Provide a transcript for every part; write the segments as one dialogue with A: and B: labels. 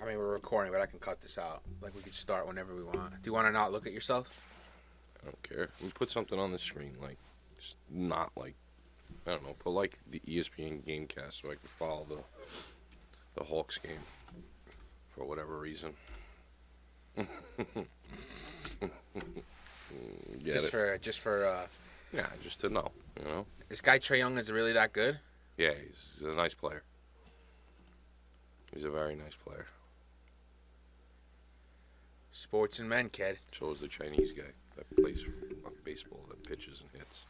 A: I mean, we're recording, but I can cut this out. Like, we could start whenever we want. Do you want to not look at yourself?
B: I don't care. We put something on the screen, like, just not like, I don't know, put like the E ESPN GameCast so I can follow the the Hawks game for whatever reason. Get
A: just
B: it?
A: for just for uh,
B: yeah, just to know, you know.
A: this guy Trey Young is really that good.
B: Yeah, he's, he's a nice player. He's a very nice player.
A: Sports and men, kid.
B: So is the Chinese guy that plays baseball, that pitches and hits.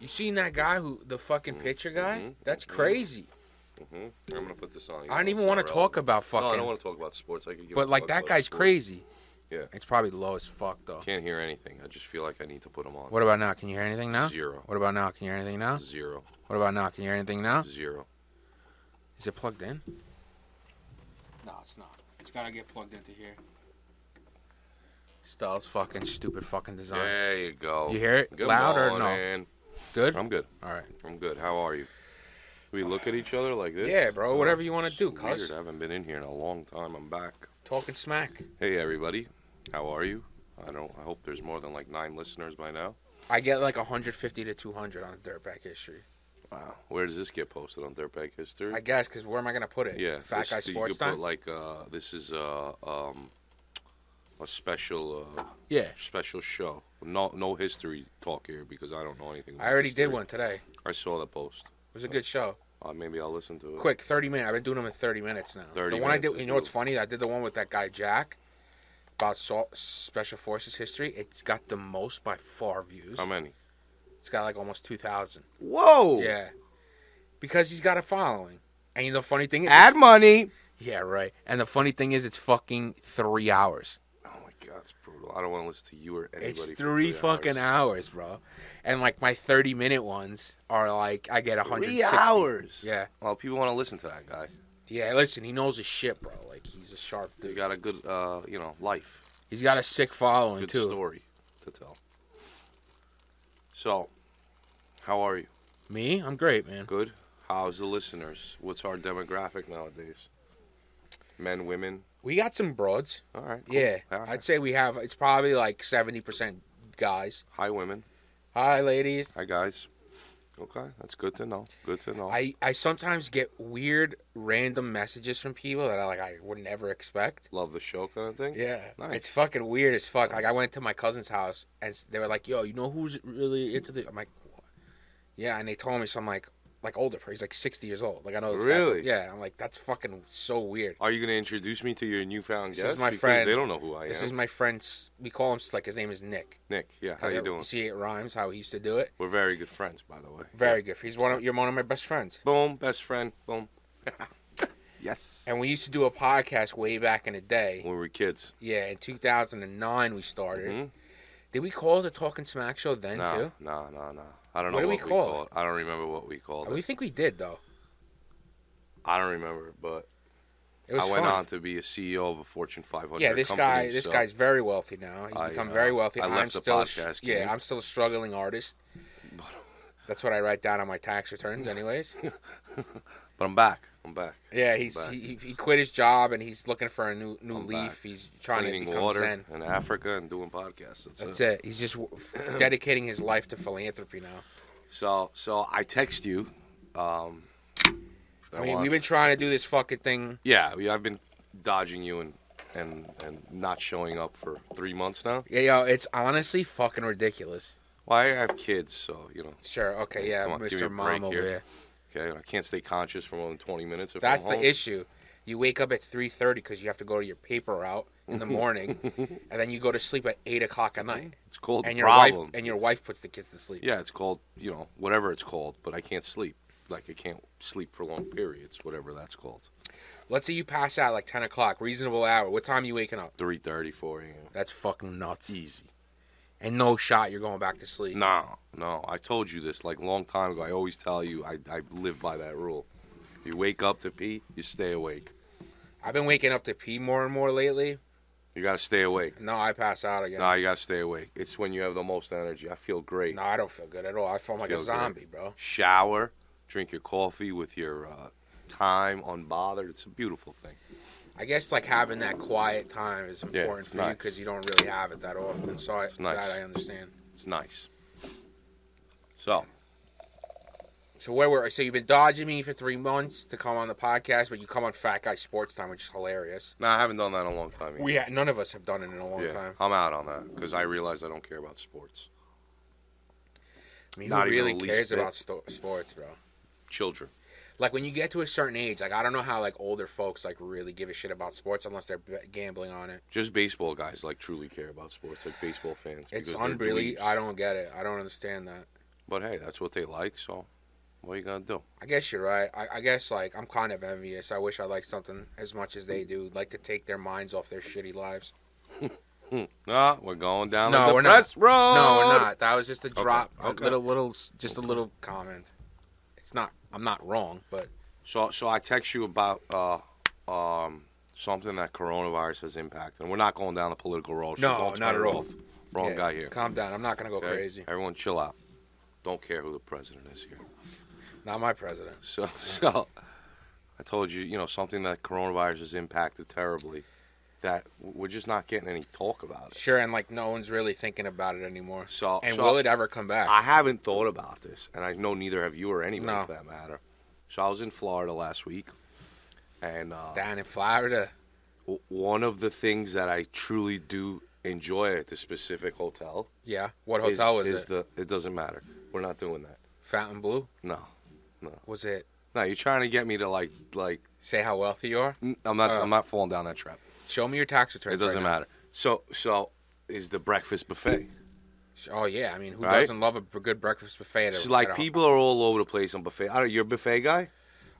A: You seen that guy who the fucking pitcher guy?
B: mhm,
A: That's
B: mhm.
A: crazy.
B: hmm I'm gonna put this on.
A: I don't even want to talk about
B: No, I
A: fucking.
B: don't want to talk about sports. I could give a
A: but like
B: fuck
A: that
B: about
A: guy's
B: sports.
A: crazy.
B: Yeah.
A: It's probably low as fuck though.
B: Can't hear anything. I just feel like I need to put him on.
A: What about now? Can you hear anything now?
B: Zero.
A: What about now? Can you hear anything now?
B: Zero.
A: What about now? Can you hear anything now?
B: Zero.
A: Is it plugged in? No, it's not. It's gotta get plugged into here. Styles fucking stupid fucking design.
B: There you go.
A: You hear it?
B: Good
A: Loud or no?
B: morning.
A: Good?
B: I'm good.
A: All right.
B: I'm good. How are you? We look at each other like this. Oh,
A: Yeah, bro, whatever you wanna
B: it's
A: do,
B: weird.
A: cuz.
B: I haven't been in here in a long time. I'm back.
A: Talking smack.
B: Hey everybody, how are you? I don't. I hope there's more than like nine listeners by now.
A: I get like 150 to 200 on Dirtbag History.
B: Wow. Where does this get posted on Dirtbag History?
A: I guess, because where am I going to put it?
B: yeah.
A: Fat
B: this-
A: Guy
B: you
A: Sports
B: could
A: Time?
B: put like uh, this is uh, um, a special uh,
A: yeah.
B: special show. No no history talk here because I don't know anything.
A: I already did
B: history.
A: one today. It
B: I saw the post.
A: was a good show.
B: Uh, maybe I'll listen to it.
A: Quick, 30 minutes. I've been doing them in 30 minutes now.
B: 30
A: the one
B: minutes
A: I did,
B: is
A: you know what's
B: doable.
A: funny? I did the one with that guy Jack about Sol- Special Forces history. It's got the most by far views.
B: How many?
A: It's got like almost 2,000.
B: Whoa!
A: Yeah. Because he's got a following. And the funny thing is.
B: Ad money.
A: yeah, right. And the funny thing is, it's fucking three hours.
B: Oh my god, it's brutal. I don't want to listen to you or anybody.
A: It's
B: for
A: three, fucking hours.
B: hours.
A: bro. And like my 30 minute ones are like I get 160.
B: Three hours.
A: Yeah.
B: Well, people want to listen to that guy.
A: Yeah, listen, he knows his shit, bro. Like he's a sharp
B: He's
A: dude.
B: got a good, uh, you know, life.
A: He's got a sick following
B: Good
A: too.
B: story to tell. So, how are you?
A: Me? I'm great, man.
B: Good. How's the listeners? What's our demographic nowadays? Men, women.
A: We got some broads.
B: All right. cool.
A: Yeah.
B: All right.
A: I'd say we have it's probably like 70% guys.
B: Hi, women.
A: Hi ladies.
B: Hi, guys. Okay, that's good to know. Good to know.
A: I, I sometimes get weird random messages from people that I like I would never expect.
B: Love the show, kind of thing.
A: Yeah,
B: Nice.
A: it's fucking weird as fuck. Like I went to my cousin's house and s- they were like, "Yo, you know who's really into the?" I'm like, "What?" "Yeah," and they told me, so I'm like, like older, he's like 60 years old. Like I know this guy.
B: Really?
A: Yeah, I'm like, that's fucking so weird.
B: Are you going to introduce me to your newfound
A: This
B: guest?
A: is my
B: Because
A: friend.
B: They don't know who I am.
A: This is my friend's. We call him like his name is Nick.
B: Nick. Yeah. How
A: 'Cause
B: you
A: I-
B: doing?
A: See, it rhymes how he used to do it.
B: We're very good friends, by the way.
A: Very good. He's one of you're one of my best friends.
B: Yeah. Boom. Best friend. Boom. yes.
A: And we used to do a podcast way back in the day.
B: When we were kids.
A: Yeah, in 2009 we started.
B: Mhm.
A: Did we call it the Talking Smack Show then
B: No,
A: too?
B: no, no, no. I don't know
A: What
B: what,
A: do we
B: we,
A: call
B: called. I don't remember what we called
A: We
B: it.
A: think we did though.
B: I don't remember, but
A: It
B: I
A: was
B: went
A: fun.
B: on to be a CEO of a Fortune 500
A: yeah, this
B: company,
A: guy, this
B: so
A: guy's very wealthy now. He's
B: I,
A: become
B: uh,
A: very wealthy.
B: I
A: am
B: left the
A: still, a-
B: podcast game.
A: yeah, I'm still a struggling artist. That's what I write down on my tax returns, anyways.
B: But I'm back. I'm back.
A: yeah, he's
B: Back.
A: he, he quit his job and he's looking for a new new
B: I'm
A: leaf.
B: back.
A: He's trying
B: Cleaning
A: to become
B: water
A: zen.
B: in Africa and doing podcasts. That's,
A: That's
B: it.
A: it. He's just w- dedicating his life to philanthropy now.
B: So, so I text you. Um,
A: I mean,
B: want-
A: we've been trying to do this fucking thing.
B: yeah, we, I've been dodging you and and and not showing up for three months now.
A: Yeah, yo, it's honestly fucking ridiculous.
B: Well, I have kids, so you know.
A: Sure, okay, yeah,
B: Come on, give me a
A: Mr. Mom
B: break
A: over
B: here.
A: here.
B: Okay, and I can't stay conscious for more than 20 minutes. If
A: That's
B: I'm home.
A: the issue. You wake up at three thirty because you have to go to your paper route in the morning, and then you go to sleep at eight o'clock at night.
B: It's called
A: And
B: and
A: your
B: problem.
A: wife and your wife puts the kids to sleep.
B: yeah, it's called you know whatever it's called, but I can't sleep. Like I can't sleep for long periods, whatever that's called.
A: Let's say you pass out like ten o'clock, reasonable hour. What time you waking up?
B: 3:30, 4 a.m.
A: That's fucking nuts.
B: Easy.
A: And no shot, you're going back to sleep.
B: No, no. I told you this like long time ago. I always tell you. I I live by that rule. You wake up to pee, you stay awake.
A: I've been waking up to pee more and more lately.
B: You gotta stay awake.
A: No, I pass out again.
B: No, Nah, you gotta stay awake. It's when you have the most energy. I feel great.
A: No, I don't feel good at all. I feel like
B: Feel
A: a
B: good.
A: zombie, bro.
B: Shower, drink your coffee with your uh, time, unbothered. It's a beautiful thing.
A: I guess like having that quiet time is
B: Yeah,
A: important
B: it's
A: for you 'cause you
B: nice.
A: because you don't really have it that often. So I,
B: It's nice.
A: that I understand.
B: It's nice. So
A: So where were I? So you've been dodging me for three months to come on the podcast, but you come on Fat Guy Sports Time, which is hilarious.
B: no, I haven't done that in a long time. either.
A: We ha- none of us have done it in a long
B: yeah,
A: time.
B: I'm out on that because I realize I don't care about sports.
A: I mean,
B: Not
A: who
B: even
A: really
B: the least
A: cares
B: bit.
A: about sto- sports, bro?
B: Children.
A: Like when you get to a certain age, like I don't know how like older folks like really give a shit about sports unless they're b- gambling on it.
B: just baseball guys like truly care about sports, like baseball fans.
A: It's
B: because they're
A: unreally.
B: dweebs.
A: I don't get it. I don't understand that.
B: But hey, that's what they like. So what are you gonna do?
A: I guess you're right. I, I guess like I'm kind of envious. I wish I liked something as much as
B: Mm.
A: they do. Like to take their minds off their shitty lives.
B: Nah, we're going down.
A: No,
B: the
A: we're not.
B: depressed Road.
A: No, we're not. That was just a
B: Okay,
A: drop.
B: okay.
A: A little, little, s- just a little comment. It's not. I'm not wrong, but
B: So, so I text you about uh, um, something that coronavirus has impacted. And we're not going down the political road. so
A: No,
B: don't
A: not at
B: turn it
A: all.
B: Off. Wrong
A: yeah,
B: guy here.
A: Calm down. I'm not gonna go
B: okay?
A: crazy.
B: Everyone, chill out. Don't care who the president is here.
A: Not my president.
B: So, so I told you, you know, something that coronavirus has impacted terribly. That we're just not getting any talk about it.
A: Sure, and like no one's really thinking about it anymore.
B: So,
A: And
B: so
A: will it ever come back?
B: I haven't thought about this, and I know neither have you or anyone
A: No.
B: for that matter. So I was in Florida last week, and uh,
A: Down in Florida.
B: w- one of the things that I truly do enjoy at the specific hotel
A: Yeah. What hotel
B: is,
A: was
B: is
A: it?
B: the. It doesn't matter. We're not doing that.
A: Fountain Blue.
B: No,
A: Was it?
B: no. You're trying to get me to like like.
A: Say how wealthy you are.
B: n- I'm not.
A: Oh.
B: I'm not falling down that trap.
A: Show me your tax returns.
B: It
A: right
B: doesn't
A: now.
B: matter. So so is the breakfast buffet.
A: Oh yeah, I mean, who
B: Right?
A: doesn't love a b- good breakfast buffet? At a,
B: So,
A: at
B: like
A: a-
B: people are all over the place on buffet. I don't, you're a buffet guy.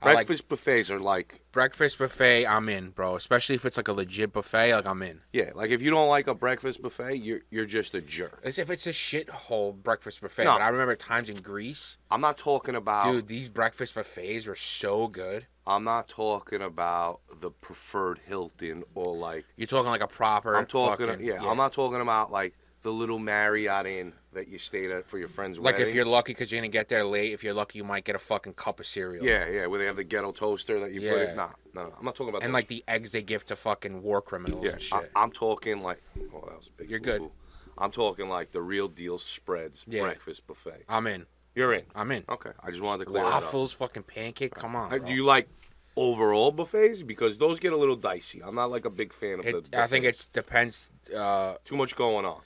A: I like-
B: Breakfast buffets are like
A: breakfast buffet, I'm in, bro. Especially if it's like a legit buffet, like I'm in.
B: Yeah, like if you don't like a breakfast buffet, you're you're just a jerk.
A: As if it's a shithole breakfast buffet.
B: No. Oh.
A: But I remember times in Greece,
B: I'm not talking about
A: dude. These breakfast buffets were so good.
B: I'm not talking about the preferred Hilton or like
A: You're talking like a proper.
B: I'm talking
A: fucking-
B: yeah, I'm not talking about like the little Marriott Inn that you stayed at for your friend's
A: Like
B: wedding.
A: if you're lucky, because you're gonna get there late. If you're lucky, you might get a fucking cup of cereal.
B: yeah, yeah, where they have the ghetto toaster that you put
A: Yeah.
B: it. Nah, no, no, I'm not talking about
A: And
B: those.
A: like the eggs they give to fucking war criminals
B: yeah,
A: and shit.
B: I, am talking like oh, that was a big.
A: You're good.
B: boo-boo. I'm talking like the real deal spreads
A: Yeah.
B: breakfast buffet.
A: I, am in.
B: You're in.
A: I'm in.
B: Okay, I just wanted to clear that up.
A: Waffles, fucking pancake. Come on.
B: I-
A: bro.
B: do you like overall buffets? Because those get a little dicey. I'm not like a big fan of the.
A: It, I think
B: buffets.
A: it depends. Uh,
B: too much going on.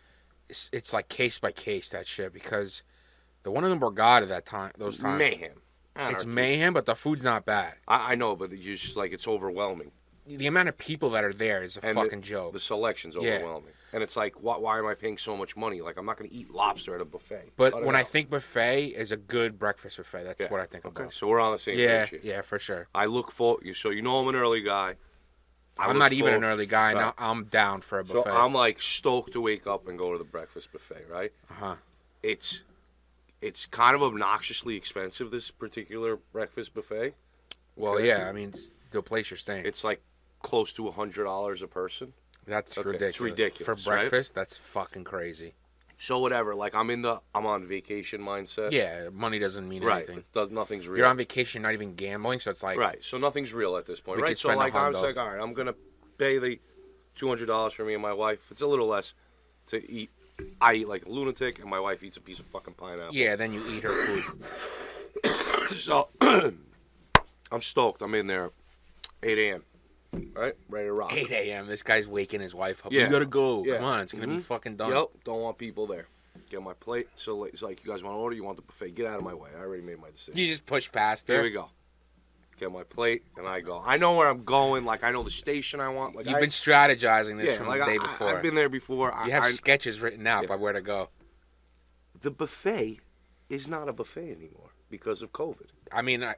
A: it's, it's like case by case that shit because the one in the Borgata that time those times
B: Mayhem.
A: it's
B: Anarchy.
A: mayhem, but the food's not bad.
B: I, I know, but you're just like it's overwhelming.
A: The amount of people that are there is a
B: And
A: fucking
B: the,
A: joke.
B: The selection's
A: Yeah.
B: overwhelming, and it's like, why, why am I paying so much money? Like I'm not going to eat lobster at a buffet. Cut
A: but
B: it
A: when I
B: out.
A: think buffet is a good breakfast buffet, that's
B: Yeah.
A: what I think
B: okay,
A: about.
B: so we're on the same
A: Yeah,
B: page. here.
A: yeah, for sure.
B: I look for you. So you know I'm an early guy. I
A: I'm
B: look
A: not even an
B: for-
A: early guy, and
B: Right.
A: I- I'm down for a
B: So
A: buffet.
B: I'm like stoked to wake up and go to the breakfast buffet, right?
A: uh-huh.
B: it's it's kind of obnoxiously expensive this particular breakfast buffet
A: Well,
B: Okay.
A: yeah, I mean, it's the place you're staying.
B: it's like close to a hundred dollars a person
A: that's
B: okay,
A: ridiculous.
B: it's ridiculous,
A: For
B: right?
A: breakfast, that's fucking crazy.
B: so whatever like i'm in the i'm on vacation mindset
A: Yeah, money doesn't mean
B: right
A: anything.
B: it does, nothing's real
A: You're on vacation, not even gambling, so it's like,
B: right so nothing's real at this point
A: We
B: right
A: could
B: so
A: spend a
B: like i was
A: hundo.
B: like all right i'm gonna pay the two hundred dollars for me and my wife it's a little less to eat i eat like a lunatic and my wife eats a piece of fucking pineapple
A: yeah, then you eat her food.
B: So I'm stoked. I'm in there, 8 a.m. Right, ready to rock.
A: 8 a.m. This guy's waking his wife up.
B: Yeah.
A: You gotta go.
B: Yeah.
A: Come on, it's gonna be
B: Mhm.
A: fucking done.
B: Yep, don't want people there. Get my plate. So like- it's like, you guys want to order? You want the buffet? Get out of my way. I already made my decision.
A: You just push past
B: There
A: her.
B: we go. Get my plate, and I go. I know where I'm going. Like I know the station I want. Like
A: You've
B: I,
A: been strategizing this
B: yeah,
A: from
B: like
A: the day
B: I,
A: before.
B: have been there before. I-
A: you have
B: I-
A: sketches written out
B: Yeah.
A: by where to go.
B: the buffet is not a buffet anymore because of COVID.
A: I mean, I,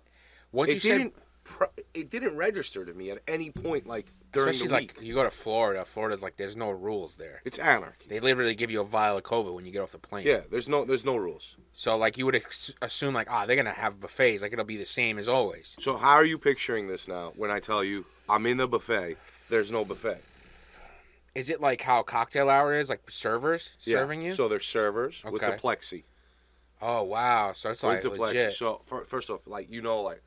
A: once
B: It
A: you said,
B: didn't. pro it didn't register to me at any point. Like during
A: especially
B: the week,
A: like you go to Florida. Florida's like there's no rules there.
B: it's anarchy.
A: They literally give you a vial of COVID when you get off the plane.
B: Yeah, there's no there's no rules.
A: So like you would ex- assume like ah they're gonna have buffets like it'll be the same as always.
B: So how are you picturing this now when I tell you I'm in the buffet, there's no buffet.
A: Is it like how cocktail hour is like servers
B: Yeah,
A: serving you?
B: So there's servers with the
A: Okay.
B: plexi.
A: oh wow, so it's like
B: with the plexi.
A: legit.
B: So fir- first off, like you know like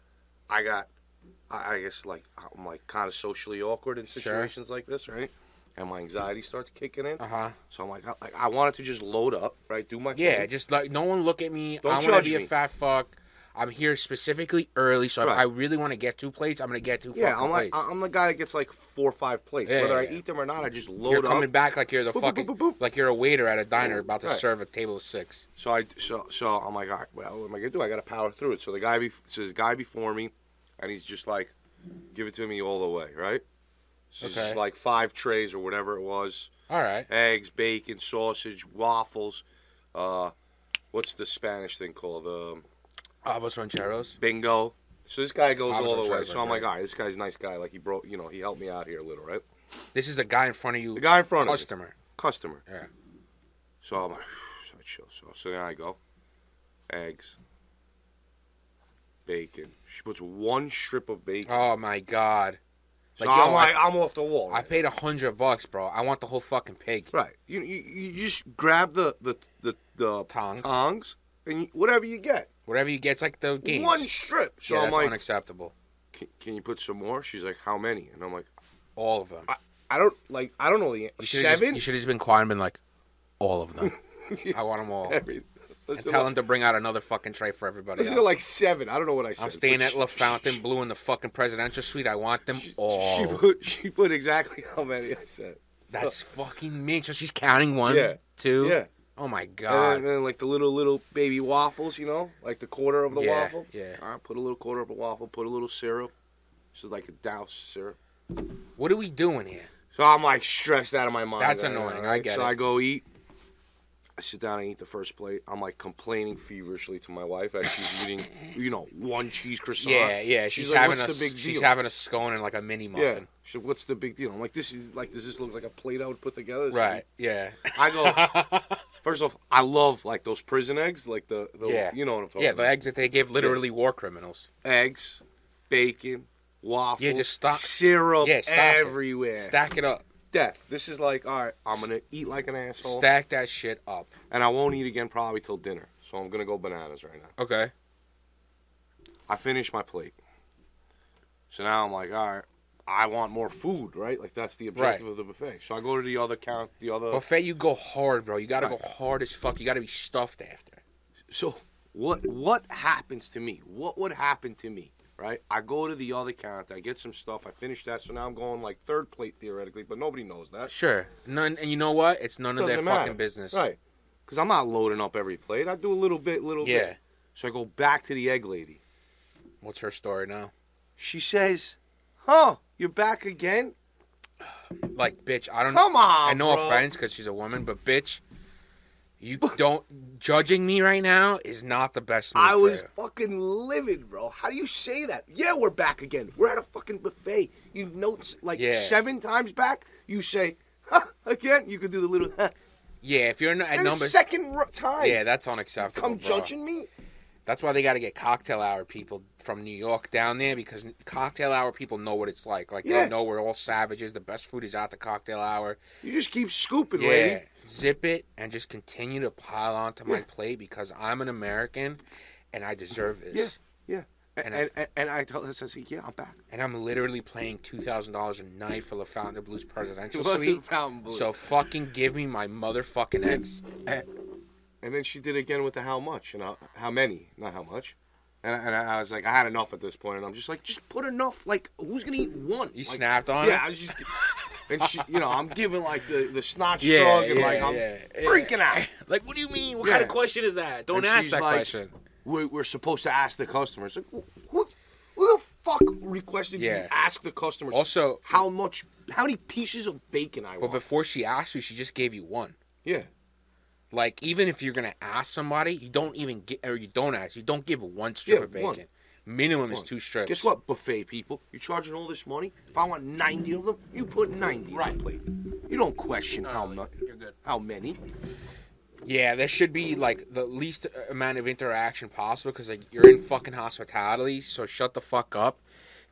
B: I got I, I guess like I'm like kind of socially awkward in
A: Sure.
B: situations like this, right? And my anxiety starts kicking in.
A: Uh huh.
B: So I'm like, I, like I wanted to just load up, right? Do my
A: Yeah,
B: thing.
A: just like no one look at me.
B: Don't
A: I want
B: judge
A: to be
B: me.
A: a fat fuck. I'm here specifically early, so if
B: Right.
A: I really want to get two plates, I'm gonna get two
B: yeah.
A: fucking
B: I'm like,
A: plates.
B: I- I'm the guy that gets like four or five plates,
A: Yeah,
B: whether I
A: yeah, yeah.
B: eat them or not. I just load
A: you're
B: up.
A: coming back like you're the
B: Boop, boop,
A: fucking
B: boop, boop, boop.
A: like you're a waiter at a diner about to
B: Right.
A: serve a table of six.
B: So I so so I'm like, all right, well, what am I gonna do? I gotta power through it. So the guy be so this guy before me, and he's just like, give it to me all the way, right? So it's just
A: Okay.
B: like five trays or whatever it was,
A: All right.
B: eggs, bacon, sausage, waffles. Uh, what's the Spanish thing called? Um,
A: Avos rancheros.
B: bingo. So this guy goes
A: I was
B: all the
A: on
B: way.
A: track
B: So I'm
A: right
B: like, all right, this guy's a nice guy. Like he brought, you know, he helped me out here a little, right?
A: This is the guy in front of you,
B: The guy in front of me,
A: customer.
B: customer.
A: Yeah.
B: So I'm like, so I chill. So, so then I go, eggs, bacon. She puts one strip of bacon.
A: Oh my god.
B: so
A: like, yo,
B: I'm
A: I-
B: like, I, am off the wall.
A: I paid a hundred bucks, bro. I want the whole fucking pig.
B: right. You, you you just grab the the the, the
A: Tongs.
B: tongs and you, whatever you get,
A: Whatever you get, it's like the games.
B: one strip. So
A: yeah,
B: I'm
A: that's
B: like,
A: unacceptable.
B: can, can you put some more? She's like, how many? And I'm like,
A: All of them.
B: I don't like, I don't know the
A: You should've just-
B: uh, seven.
A: you should have just been quiet and been like, all of them. I want them all.
B: Every-
A: And tell him to bring out another fucking tray for everybody
B: Let's
A: else.
B: go like seven. I don't know what I said.
A: I'm staying
B: but
A: at La
B: she-
A: Fountain Blue in the fucking presidential suite. I want them
B: She
A: all.
B: put, she put exactly how many I said.
A: Oh. That's fucking mean. So she's counting one,
B: Uh, Yeah.
A: two.
B: Yeah.
A: Oh my
B: And
A: god.
B: then, then like the little little baby waffles, you know, like the quarter of the
A: Yeah,
B: waffle.
A: yeah.
B: All right, put a little quarter of a waffle. Put a little syrup. So like a douse syrup.
A: What are we doing here?
B: So I'm like stressed out of my mind.
A: That's
B: right now,
A: annoying, I
B: right?
A: get
B: so
A: it.
B: I go eat. I sit down and eat the first plate. I'm like complaining feverishly to my wife as she's eating, you know, one cheese croissant.
A: yeah, yeah. She's,
B: like,
A: having
B: "What's
A: a
B: the big
A: she's
B: deal?"
A: having a scone and like a mini
B: Yeah.
A: muffin.
B: She said, what's the big deal? I'm like, this is like, does this look like a plate I would put together? This is
A: Right. Yeah.
B: I go. First off, I love like those prison eggs, like the, the
A: Yeah.
B: you know what I'm talking
A: Yeah. The
B: about.
A: eggs that they give literally war criminals.
B: eggs, bacon, waffles,
A: Yeah, just stock-
B: syrup
A: Yeah, stock it.
B: everywhere.
A: Stack it up.
B: Death. This is like, all right, I'm gonna eat like an asshole,
A: Stack that shit up.
B: and I won't eat again probably till dinner. So I'm gonna go bananas right now.
A: Okay.
B: I finish my plate, so now I'm like, all right, I want more food, right? Like that's the objective
A: Right.
B: of the buffet. So I go to the other count, the other.
A: Buffet, you go hard, bro. You gotta
B: Right.
A: go hard as fuck. You gotta be stuffed after.
B: so what what happens to me what would happen to me right i go to the other counter i get some stuff i finish that so now i'm going like third plate theoretically but nobody knows that
A: Sure. None. And you know what? It's none of
B: Doesn't
A: their
B: matter.
A: fucking business.
B: right because i'm not loading up every plate i do a little bit little
A: Yeah.
B: bit so i go back to the egg lady
A: What's her story now?
B: she says huh you're back again
A: Like, bitch, I don't.
B: come on
A: I know
B: bro."
A: offense because she's a woman, but bitch, you don't judging me right now is not the best move.
B: I
A: for
B: was
A: you.
B: fucking livid, bro. How do you say that? Yeah, we're back again. We're at a fucking buffet. You note like
A: Yeah.
B: seven times back. You say ha, again. You could do the little ha.
A: Yeah, if you're not at
B: This
A: number.
B: second ro- time.
A: Yeah, that's unacceptable.
B: come
A: bro.
B: judging me.
A: That's why they got to get cocktail hour people from New York down there because cocktail hour people know what it's like. Like
B: Yeah.
A: they know we're all savages. The best food is out the cocktail hour.
B: You just keep scooping,
A: Yeah,
B: lady.
A: zip it and just continue to pile onto my
B: Yeah.
A: plate because I'm an American and I deserve this.
B: Yeah. And
A: And
B: and,
A: I-
B: and, and I tell her, I says, yeah, I'm back.
A: And I'm literally playing two thousand dollars a night for LaFountain de Blues presidential
B: wasn't
A: suite.
B: Fountain Blue.
A: So fucking give me my motherfucking eggs.
B: And then she did again with the how much and how, how many, not how much. And I, and I was like, I had enough at this point, and I'm just like, just put enough. Like, who's gonna eat one?
A: You
B: Like,
A: snapped on
B: Yeah, I
A: it.
B: was just, and she, you know, I'm giving like the the snot
A: Yeah,
B: shrug and
A: yeah,
B: like I'm
A: yeah, yeah.
B: freaking out.
A: Like, what do you mean? What
B: Yeah.
A: kind of question is that? Don't
B: And
A: ask
B: she's
A: that
B: like-
A: question.
B: We're, we're supposed to ask the customers. Like, wh- who, who the fuck requested you
A: Yeah.
B: ask the customers?
A: Also,
B: how much, how many pieces of bacon I
A: but
B: want?
A: before she asked you, she just gave you one.
B: yeah,
A: Like, even if you're gonna ask somebody, you don't even get or you don't ask. You don't give one strip
B: Yeah,
A: of bacon.
B: one.
A: Minimum is
B: One.
A: two strips.
B: guess what, buffet people? You're charging all this money. If I want 90 of them, you put 90 right. on the plate. You don't question how
A: no,
B: much,
A: you're good.
B: how many.
A: Yeah, there should be like the least amount of interaction possible because like you're in fucking hospitality, so shut the fuck up.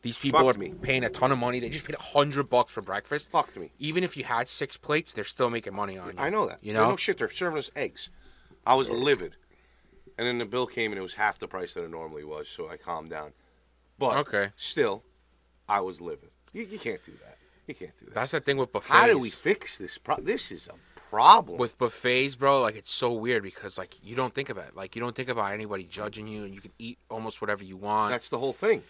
A: These people
B: Fuck
A: are
B: me.
A: paying a ton of money. They just paid a hundred bucks for breakfast.
B: Fuck me.
A: Even if you had six plates, they're still making money on you.
B: I know that.
A: You
B: There's
A: know,
B: no shit. They're serving us eggs. I was livid, and then the bill came and it was half the price that it normally was. So I calmed down. But
A: Okay.
B: still, I was livid. You, you can't do that. You can't do that.
A: That's the thing with buffets.
B: How do we fix this? Pro- this is a problem.
A: with buffets, bro, like it's so weird because like you don't think about it. Like you don't think about anybody judging you, and you can eat almost whatever you want.
B: That's the whole thing.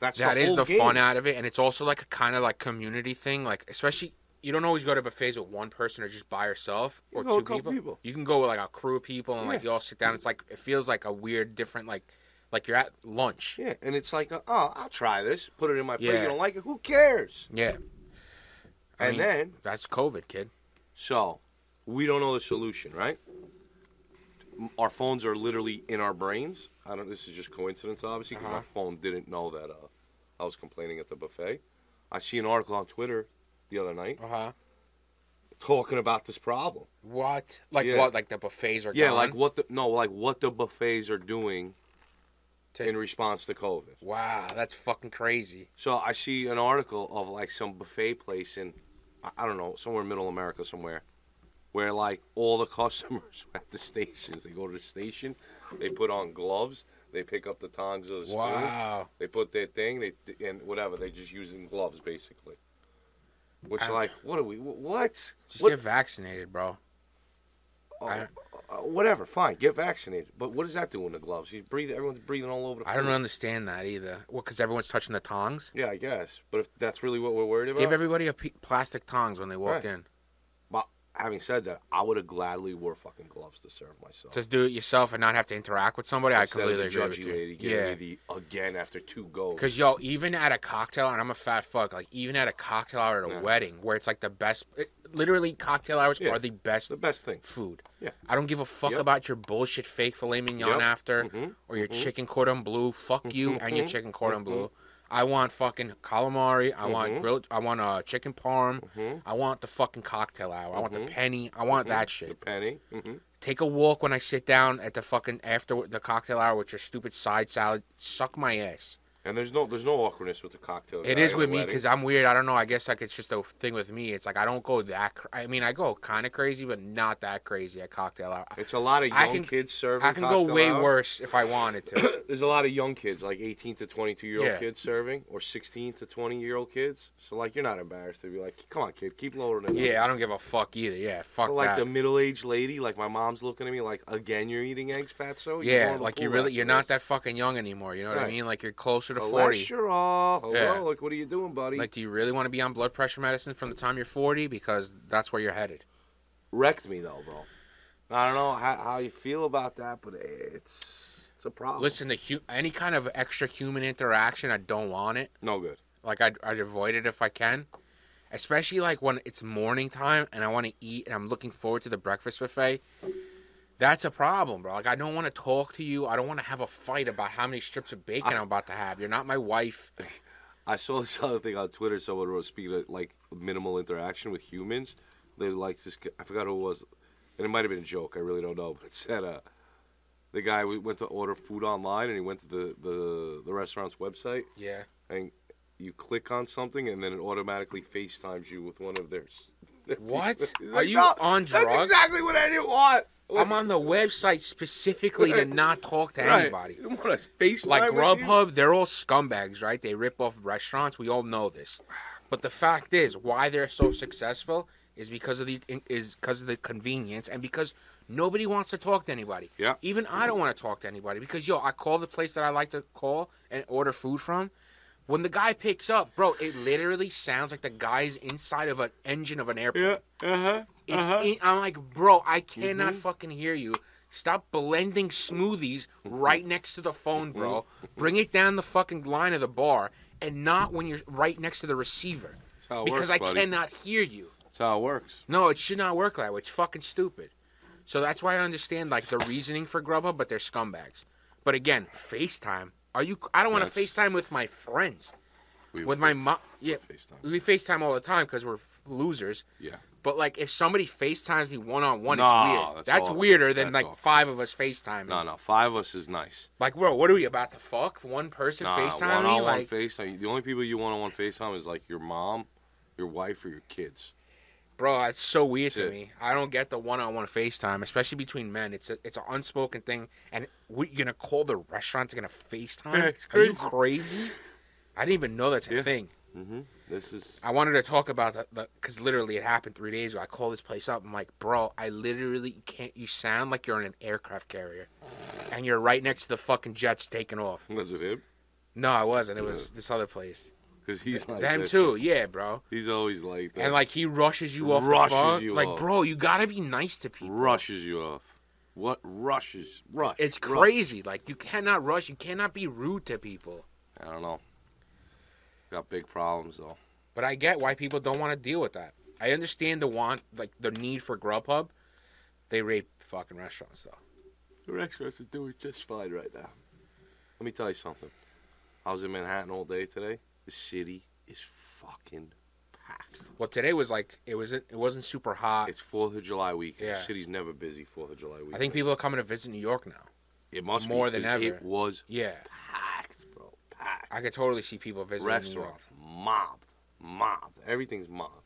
B: That's
A: That
B: the
A: is
B: whole
A: the
B: game.
A: fun out of it, and it's also like a kind of like community thing. Like especially you don't always go to buffets with one person or just by yourself
B: You
A: or
B: go with
A: two
B: a
A: people.
B: couple people.
A: You can go with like a crew of people and like
B: Yeah.
A: you all sit down. It's like it feels like a weird, different like like you're at lunch.
B: Yeah, and it's like, oh, I'll try this. Put it in my plate.
A: Yeah.
B: You don't like it? Who cares?
A: Yeah, I
B: and
A: mean-
B: then
A: that's COVID, kid.
B: so we don't know the solution, right? Our phones are literally in our brains. I don't. This is just coincidence, obviously, because my
A: Uh-huh.
B: phone didn't know that uh, I was complaining at the buffet. I see an article on Twitter the other night
A: Uh huh.
B: talking about this problem.
A: What? Like
B: Yeah.
A: what? Like the buffets are
B: Yeah,
A: gone?
B: like what the no, like what the buffets are doing
A: To-
B: in response to COVID.
A: wow, that's fucking crazy.
B: So I see an article of like some buffet place in, I- I don't know, somewhere in middle America somewhere, where like all the customers are at the stations. They go to the station, they put on gloves, they pick up the tongs of the spoon,
A: Wow.
B: they put their thing, they and whatever. They just using gloves basically. Which
A: I-
B: like what are we? wh- What?
A: Just
B: What-
A: get vaccinated, bro.
B: oh,
A: I-
B: uh, whatever, fine, get vaccinated. But what does that do in the gloves? He's breathing. Everyone's breathing all over the.
A: I don't
B: food.
A: understand that either. Well, because everyone's touching the tongs.
B: Yeah, I guess. But if that's really what we're worried about,
A: Give everybody a p- plastic tongs when they walk
B: Right.
A: in.
B: having said that, I would have gladly wore fucking gloves to serve myself.
A: To do it yourself and not have to interact with somebody,
B: Instead
A: I
B: of the
A: completely agree with
B: judgy
A: you.
B: lady giving
A: yeah,
B: me the again after two goes.
A: because yo, even at a cocktail, and I'm a fat fuck. Like even at a cocktail hour at a
B: Yeah.
A: wedding, where it's like the best, it, literally cocktail hours
B: Yeah.
A: are the best
B: the best thing.
A: food.
B: Yeah.
A: I don't give a fuck
B: Yep.
A: about your bullshit fake filet mignon
B: Yep.
A: after
B: Mhm.
A: or your chicken cordon bleu. Fuck you and your
B: Mhm.
A: chicken cordon
B: Mhm.
A: bleu. I want fucking calamari. I want
B: Mhm.
A: grilled. I want uh, chicken parm.
B: Mhm.
A: I want the fucking cocktail hour. I want the
B: Mhm.
A: penny. I want that
B: The
A: shit.
B: penny. hmm
A: Take a walk when I sit down at the fucking after the cocktail hour with your stupid side salad. Suck my ass.
B: And there's no there's no awkwardness with the cocktail.
A: It
B: guy
A: is
B: at a
A: with me
B: wedding.
A: because I'm weird. I don't know. I guess like it's just a thing with me. It's like I don't go that. Cr- I mean, I go kind of crazy, but not that crazy at cocktail hour.
B: it's a lot of
A: I
B: young
A: can-
B: kids serving.
A: I can go
B: cocktail
A: way
B: hour.
A: worse if I wanted to.
B: There's a lot of young kids, like 18 to 22 year old
A: Yeah.
B: kids serving, or 16 to 20 year old kids. So like you're not embarrassed to be like, come on, kid, keep lowering it.
A: yeah, I don't give a fuck either. Yeah, fuck
B: But like
A: that.
B: the middle aged lady, like my mom's looking at me like, again, you're eating eggs, fatso. You're
A: yeah,
B: going to
A: like
B: the
A: you
B: pool
A: really,
B: after
A: you're not
B: this."
A: that fucking young anymore. You know what I
B: Right.
A: mean? Like you're closer to
B: Unless
A: forty.
B: you're all, hello,
A: Yeah.
B: like what are you doing, buddy?
A: Like, do you really want to be on blood pressure medicine from the time you're forty? Because that's where you're headed.
B: wrecked me though, bro. I don't know how, how you feel about that, but it's it's a problem.
A: Listen to hu- any kind of extra human interaction. I don't want it.
B: no good.
A: Like I'd, I'd avoid it if I can, especially like when it's morning time and I want to eat and I'm looking forward to the breakfast buffet. That's a problem, bro. Like I don't want to talk to you. I don't want to have a fight about how many strips of bacon I, am about to have. You're not my wife.
B: I saw this other thing on Twitter. Someone wrote speaking of like minimal interaction with humans. They like this. g- I forgot who it was, and it might have been a joke. I really don't know, but it said uh, the guy w- went to order food online and he went to the the, the restaurant's website
A: Yeah.
B: and you click on something and then it automatically FaceTimes you with one of their. s- their
A: What?
B: people. He's
A: Are
B: like,
A: you
B: "No,
A: on
B: That's
A: drugs?"
B: exactly what I didn't want.
A: I'm on the website specifically to
B: Right.
A: not talk to
B: Right.
A: anybody.
B: You don't want to FaceTime
A: Like
B: with you?
A: Grubhub, they're all scumbags, right? They rip off restaurants. We all know this. But the fact is, why they're so successful is because of the is because of the convenience and because nobody wants to talk to anybody.
B: Yeah.
A: Even I don't want to talk to anybody because yo, I call the place that I like to call and order food from. When the guy picks up, bro, it literally sounds like the guy's inside of an engine of an airplane.
B: Yeah. Uh huh.
A: It's
B: Uh-huh. Mm-hmm.
A: in, I'm like, bro, I cannot fucking hear you. Stop blending smoothies right next to the phone, bro.
B: Mm-hmm.
A: Bring it down the fucking line of the bar, and not when you're right next to the receiver,
B: That's how it
A: because
B: works,
A: I
B: buddy.
A: cannot hear you.
B: That's how it works.
A: No, it should not work that way. It's fucking stupid. So that's why I understand like the reasoning for Grubhub, but they're scumbags. But again, FaceTime. Are you? I don't want to
B: That's-
A: FaceTime with my friends.
B: We-
A: With my mom. Yeah,
B: FaceTime.
A: we FaceTime all the time because we're f- losers.
B: Yeah.
A: But like, if somebody FaceTimes me one on one, it's
B: Nah,
A: weird.
B: that's
A: That's,
B: awkward.
A: weirder than
B: That's
A: like
B: awkward.
A: five of us FaceTime.
B: No, no. Five of us is nice.
A: Like, bro, what are we about to fuck? One person
B: Nah,
A: FaceTime me?
B: one-on-one
A: Like,
B: FaceTime. The only people you one-on-one FaceTime is like your mom, your wife, or your kids.
A: bro, that's so weird
B: That's
A: to
B: it.
A: me. I don't get the one on one FaceTime, especially between men. It's a, it's an unspoken thing. And what, you're gonna call the restaurant to gonna FaceTime?
B: Yeah, it's
A: Are you crazy? I didn't even know that's a
B: Yeah.
A: thing.
B: Mm-hmm. This is.
A: I wanted to talk about that because literally it happened three days ago. I call this place up. I'm like, bro, I literally can't. You sound like you're on an aircraft carrier, and you're right next to the fucking jets taking off.
B: Was it him?
A: No, I wasn't. It was this other place.
B: Because he's like
A: Them
B: that.
A: too, yeah, bro.
B: He's always like that.
A: And like he rushes you off
B: Rushes
A: the phone.
B: you
A: like,
B: off.
A: bro, you gotta be nice to people.
B: rushes you off. What rushes? Rush.
A: It's
B: Rush.
A: crazy. Like you cannot rush. You cannot be rude to people.
B: I don't know. Got big problems though.
A: But I get why people don't want to deal with that. I understand the want, like the need for Grubhub. They rape fucking restaurants though.
B: The restaurants are doing just fine right now. Let me tell you something. I was in Manhattan all day today. The city is fucking packed.
A: Well, today was like it wasn't it wasn't super hot.
B: It's Fourth of July weekend.
A: Yeah.
B: The city's never busy Fourth of July weekend.
A: I think people are coming to visit New York now.
B: it must
A: more
B: be,
A: than
B: 'cause
A: ever.
B: It was
A: Yeah,
B: packed, bro. Packed.
A: I could totally see people visiting New York.
B: Restaurants mobbed, mobbed. Everything's mobbed.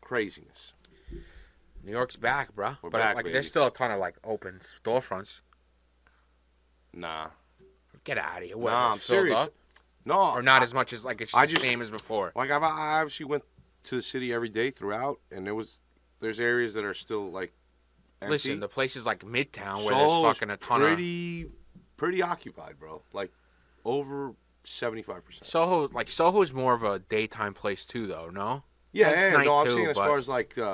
B: Craziness.
A: New York's back, bro.
B: We're
A: but
B: back,
A: like,
B: baby.
A: there's still a ton of like open storefronts.
B: Nah.
A: Get out of here. Whatever,
B: Nah, I'm
A: filled
B: serious.
A: up.
B: No.
A: Or not as much as like it's
B: I
A: just the
B: just-
A: same as before.
B: Like I've, I obviously went to the city every day throughout, and there was there's areas that are still like empty.
A: Listen, the place is like Midtown where
B: So
A: there's
B: it's
A: fucking a ton of
B: pretty pretty occupied, bro. Like over seventy five percent.
A: Soho. Like Soho is more of a daytime place too, though. No,
B: Yeah,
A: That's
B: yeah,
A: night
B: no, I'm
A: too,
B: saying as
A: but-
B: far as like uh,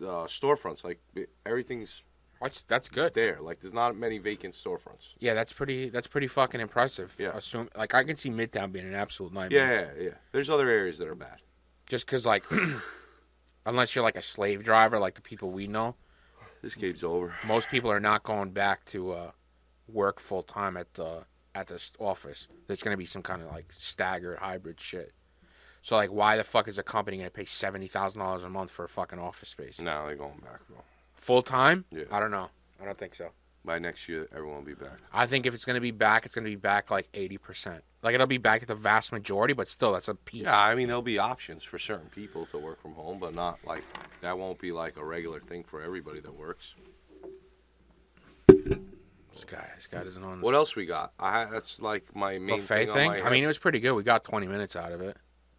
B: uh, storefronts, like it- everything's
A: that's that's good.
B: there. Like there's not many vacant storefronts.
A: Yeah, that's pretty. That's pretty fucking impressive.
B: Yeah.
A: Assume like I can see Midtown being an absolute nightmare.
B: Yeah, yeah, yeah. There's other areas that are bad.
A: Just because like, unless you're like a slave driver, like the people we know,
B: This game's over.
A: most people are not going back to uh, work full time at the at the s- office. There's going to be some kind of like staggered hybrid shit. So like, why the fuck is a company going to pay seventy thousand dollars a month for a fucking office space
B: No, they're going back, bro.
A: full time?
B: Yeah.
A: I don't know. I don't think so.
B: By next year, everyone will be back.
A: I think if it's going to be back, it's going to be back like eighty percent. Like it'll be back at the vast majority, but still, that's a piece.
B: Yeah, I mean there'll be options for certain people to work from home, but not like that won't be like a regular thing for everybody that works.
A: This guy, this guy doesn't own.
B: What else we got? I that's like my main
A: Buffet
B: thing.
A: thing.
B: on my
A: I mean,
B: head.
A: it was pretty good. We got twenty minutes out of it.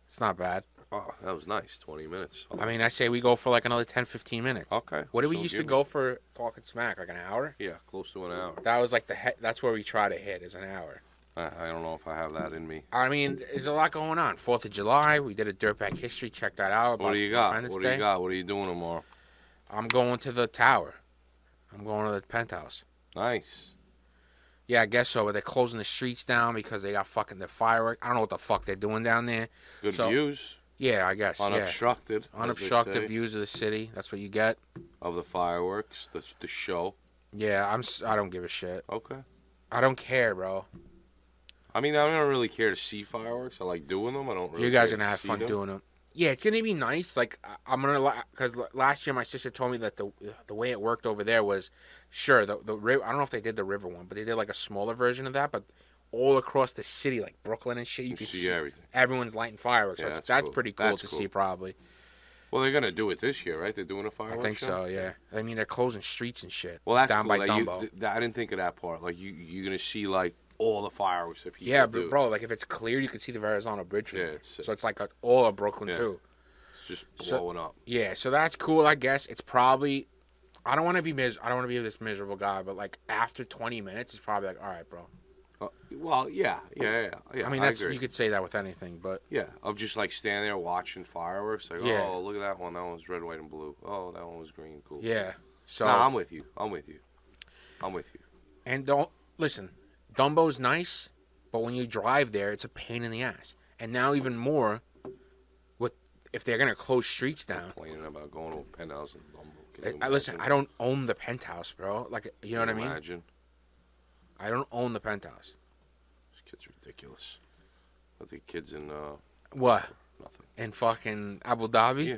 A: It's not bad.
B: oh, that was nice. Twenty minutes. Oh,
A: I mean, I say we go for like another 10, 15 minutes.
B: Okay.
A: What did we
B: So
A: used to
B: give me-
A: go for talking smack? Like an hour?
B: yeah, close to an hour.
A: That was like the he- that's where we try to hit is an hour.
B: I, I don't know if I have that in me.
A: I mean, there's a lot going on. Fourth of July, we did a dirtbag history. Check that out.
B: What
A: about
B: do you got?
A: Independence
B: What do you
A: Day.
B: got? What are you doing tomorrow?
A: I'm going to the tower. I'm going to the penthouse.
B: Nice.
A: Yeah, I guess so. But they're closing the streets down because they got fucking their firework. I don't know what the fuck they're doing down there.
B: Good
A: So-
B: views.
A: Yeah, I guess. Yeah.
B: Unobstructed. as they say,
A: Unobstructed views of the city. That's what you get.
B: of the fireworks. The the show.
A: Yeah, I'm. s- I don't give a shit.
B: Okay.
A: I don't care, bro.
B: I mean, I don't really care to see fireworks. I like doing them. I don't really.
A: you guys
B: care
A: are gonna
B: to
A: have
B: see
A: fun
B: them.
A: doing them. Yeah, it's gonna be nice. Like I- I'm gonna because last year my sister told me that the the way it worked over there was sure the the river. I don't know if they did the river one, but they did like a smaller version of that. But all across the city, like Brooklyn and shit, you
B: You
A: could
B: see
A: see
B: everything.
A: everyone's lighting fireworks.
B: Yeah,
A: so that's,
B: that's
A: that's
B: cool.
A: pretty cool
B: That's
A: to
B: cool.
A: see, probably.
B: Well, they're gonna do it this year, right? They're doing a
A: I
B: fireworks.
A: think
B: show?
A: so. Yeah. I mean, they're closing streets and shit.
B: Well, that's
A: down
B: cool.
A: by
B: like, you-
A: Dumbo.
B: th- I didn't think of that part. Like you, you're gonna see like all the fireworks that people
A: yeah,
B: do.
A: but bro, like if it's clear, you can see the Verrazano Bridge. from
B: Yeah,
A: there.
B: it's sick.
A: so it's like a, all of Brooklyn
B: Yeah.
A: too.
B: it's just
A: So-
B: blowing up.
A: Yeah, so that's cool, I guess. It's probably I don't want to be mis- I don't want to be this miserable guy, but like after 20 minutes, it's probably like, all right, bro.
B: Uh, well, yeah, yeah, yeah. yeah
A: I mean, that's
B: agree.
A: you could say that with anything, but
B: yeah, of just like standing there watching fireworks. Like,
A: Yeah.
B: oh, look at that one. That one was red, white, and blue. Oh, that one was green. Cool.
A: yeah. So
B: Nah, I'm with you. I'm with you. I'm with you.
A: and don't listen. Dumbo's nice, but when you drive there, it's a pain in the ass. And now even more with if they're going to close streets down.
B: Complaining about going to a penthouse and Dumbo. Can
A: I,
B: you
A: I- listen,
B: imagine?
A: I don't own the penthouse, bro. Like, you know what I
B: Can you
A: mean?
B: Imagine
A: I don't own the penthouse.
B: this kid's ridiculous. But the kids in uh,
A: What?
B: nothing.
A: In fucking Abu Dhabi?
B: Yeah.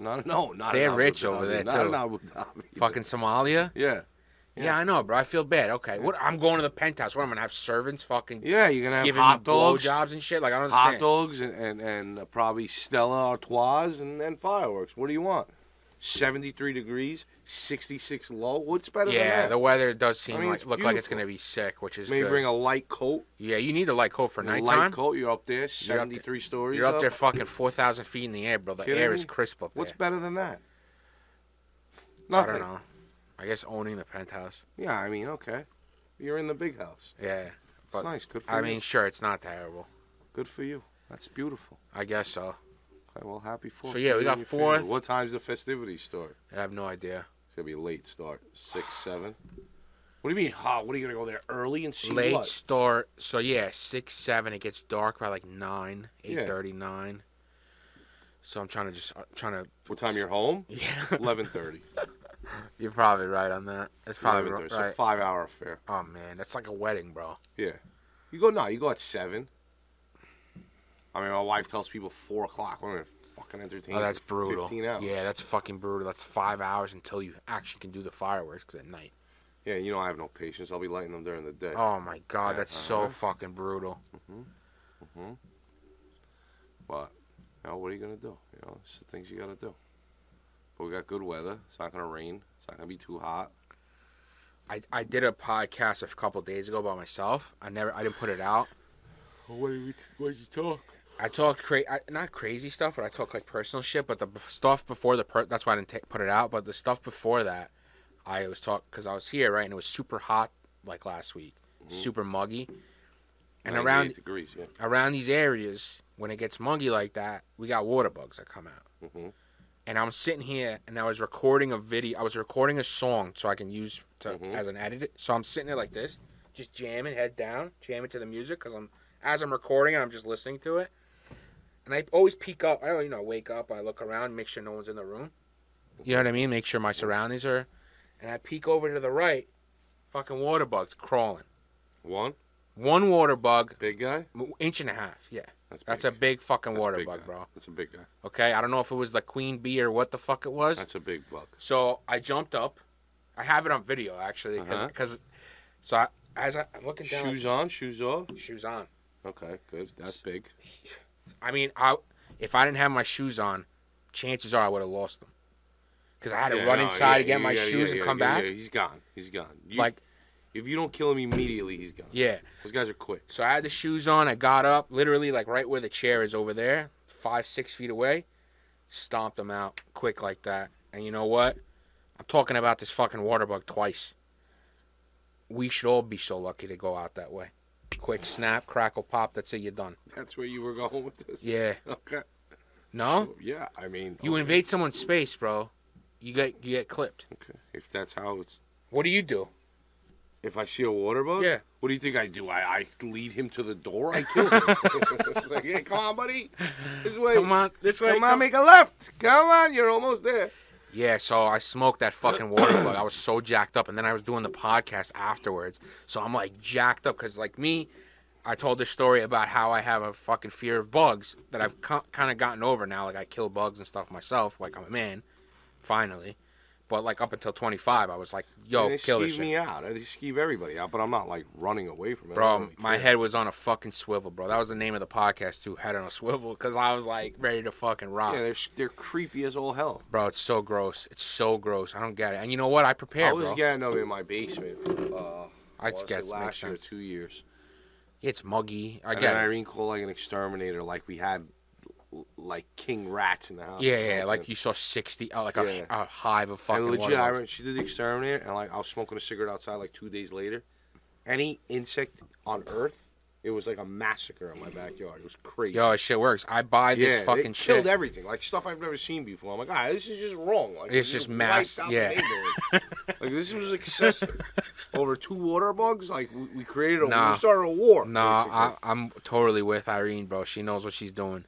B: Not no, not in
A: They're
B: Abu
A: rich over
B: Dhabi.
A: there,
B: Not in
A: too.
B: Abu Dhabi.
A: Fucking Somalia?
B: Yeah.
A: Yeah.
B: Yeah.
A: I know, bro. I feel bad. Okay, what? I'm going to the penthouse. What? I'm gonna have servants fucking
B: Yeah, you're gonna have
A: giving
B: hot
A: me
B: dogs,
A: blowjobs and shit. Like I don't
B: hot
A: understand.
B: uh, dogs, and, and and probably Stella Artois and, and fireworks. What do you want? 73 degrees, 66 low. What's better
A: Yeah,
B: than
A: the
B: that?
A: weather does seem
B: I mean,
A: like
B: it's
A: look like it's
B: beautiful.
A: gonna be sick, which is
B: Maybe
A: good.
B: bring a light coat.
A: yeah, you need a light coat for
B: a
A: nighttime.
B: light coat. You're up there, 73 stories.
A: You're up there fucking four thousand feet in the air, bro. The
B: Kidding
A: air
B: me?
A: is crisp up there.
B: What's better than that?
A: I
B: Nothing.
A: don't know. I guess owning the penthouse.
B: Yeah, I mean, okay. You're in the big house.
A: Yeah.
B: It's
A: But,
B: nice. Good for
A: I
B: you.
A: mean, sure, it's not terrible.
B: good for you. That's beautiful.
A: I guess so.
B: Okay, well, happy Fourth.
A: So, yeah,
B: to
A: we
B: you
A: got
B: and your family.
A: Fourth.
B: What time's the festivities start?
A: I have no idea.
B: It's gonna be a late start. Six, seven. What do you mean? Hot? What are you gonna go there early and see
A: Late
B: what?
A: start. So yeah, six, seven. It gets dark by like nine,
B: Yeah.
A: eight thirty, nine. So I'm trying to just uh, trying to.
B: What time you're home?
A: Yeah,
B: Eleven thirty.
A: you're probably right on that. That's probably
B: Eleven
A: ro-
B: thirty.
A: right.
B: So five hour affair.
A: oh man, that's like a wedding, bro. Oh,
B: Yeah. You go now. You go at seven. I mean, my wife tells people four o'clock. We're gonna fucking entertain.
A: Oh,
B: you
A: that's
B: for
A: brutal.
B: Fifteen hours.
A: Yeah, that's fucking brutal. That's five hours until you actually can do the fireworks 'cause at night.
B: Yeah. You know I have no patience. I'll be lighting them during the day.
A: Oh my god,
B: Yeah,
A: that's so
B: uh-huh.
A: fucking brutal.
B: But you know, what are you gonna do? You know, it's the things you gotta do. But we got good weather. It's not gonna rain. It's not gonna be too hot.
A: I, I did a podcast a couple days ago by myself. I never I didn't put it out.
B: What did, we what did you talk?
A: I talked cra- I, not crazy stuff, but I talk like personal shit. But the b- stuff before the per- that's why I didn't ta put it out. But the stuff before that, I was talk because I was here right, and it was super hot like last week, super muggy, and around
B: degrees. Yeah.
A: around these areas when it gets muggy like that, we got water bugs that come out.
B: Mhm.
A: And I'm sitting here, and I was recording a video. I was recording a song so I can use to
B: Mhm.
A: as an edit. So I'm sitting there like this, just jamming, head down, jamming to the music because I'm as I'm recording, I'm just listening to it. And I always peek up. I you know wake up. I look around, make sure no one's in the room. You know what I mean? Make sure my surroundings are. And I peek over to the right. Fucking water bugs crawling.
B: One
A: One water bug,
B: big guy.
A: inch and a half. Yeah.
B: That's
A: That's a
B: big.
A: big fucking
B: That's a
A: water
B: big
A: bug,
B: guy.
A: bro.
B: That's a big guy.
A: Okay, I don't know if it was the queen bee or what the fuck it was.
B: That's a big bug.
A: so I jumped up. I have it on video actually,
B: Uh-huh.
A: because so I, as I, I'm looking down,
B: Shoes on, shoes off.
A: shoes on.
B: Okay, good. That's big.
A: I mean, I if I didn't have my shoes on, chances are I would have lost them. Because I had to
B: Yeah,
A: run
B: no,
A: inside
B: yeah,
A: to get my
B: yeah, yeah,
A: shoes and
B: yeah,
A: come
B: yeah,
A: back.
B: yeah, he's gone. He's gone. You-
A: Like,
B: if you don't kill him immediately, he's gone.
A: yeah.
B: Those guys are quick.
A: So I had the shoes on. I got up, literally like right where the chair is over there, five six feet away. Stomped them out quick like that. And you know what? I'm talking about this fucking water bug twice. We should all be so lucky to go out that way. Quick snap, crackle, pop. That's it. You're done.
B: That's where you were going with this.
A: Yeah.
B: Okay.
A: No,
B: Yeah. I mean,
A: you
B: okay.
A: invade someone's space, bro. You get you get clipped.
B: Okay. If that's how it's.
A: What do you do?
B: If I see a water bug,
A: Yeah.
B: What do you think I do? I, I lead him to the door. I kill him. it's like, hey, come on, buddy. This way.
A: Come on, this way.
B: Come on, make a left. Come on, you're almost there.
A: Yeah, so I smoked that fucking water bug. I was so jacked up, and then I was doing the podcast afterwards. So I'm like jacked up because, like me, I told this story about how I have a fucking fear of bugs that I've co- kind of gotten over now. Like I kill bugs and stuff myself. Like I'm a man, finally. But like up until 25, I was like, "Yo,
B: And they
A: kill
B: skeeve
A: this shit."
B: me out. They skeeve everybody out, but I'm not like running away from it. I
A: Bro,
B: don't really
A: my
B: care.
A: head was on a fucking swivel, bro. That was the name of the podcast too, Head on a Swivel, because I was like ready to fucking rock.
B: Yeah, they're they're creepy as all hell.
A: Bro, it's so gross. It's so gross. I don't get it. And you know what? I
B: I
A: prepared,
B: was
A: bro.
B: getting them in my basement. Uh,
A: I
B: wanna say
A: guess
B: last
A: makes
B: year,
A: sense.
B: two years.
A: It's muggy. I
B: And
A: get
B: then
A: it.
B: Irene called like an exterminator, like we had l- like king rats in the house. or
A: Yeah, yeah, like
B: something.
A: you saw sixty, uh, like a,
B: Yeah.
A: a hive of fucking.
B: And legit,
A: water
B: I
A: bugs.
B: remember she did the exterminator, and like I was smoking a cigarette outside. Like two days later, any insect on Earth, it was like a massacre in my backyard. It was crazy.
A: Yo, this shit works. I buy this
B: they
A: fucking
B: killed
A: shit.
B: everything, like stuff I've never seen before. I'm like, ah, this is just wrong. Like
A: It's
B: you
A: just
B: wiped
A: mass-
B: out the
A: yeah.
B: neighborhood. like this was excessive. Over two water bugs, like we, we created a
A: Nah.
B: we started a war.
A: nah,
B: basically.
A: I, I'm totally with Irene, bro. She knows what she's doing,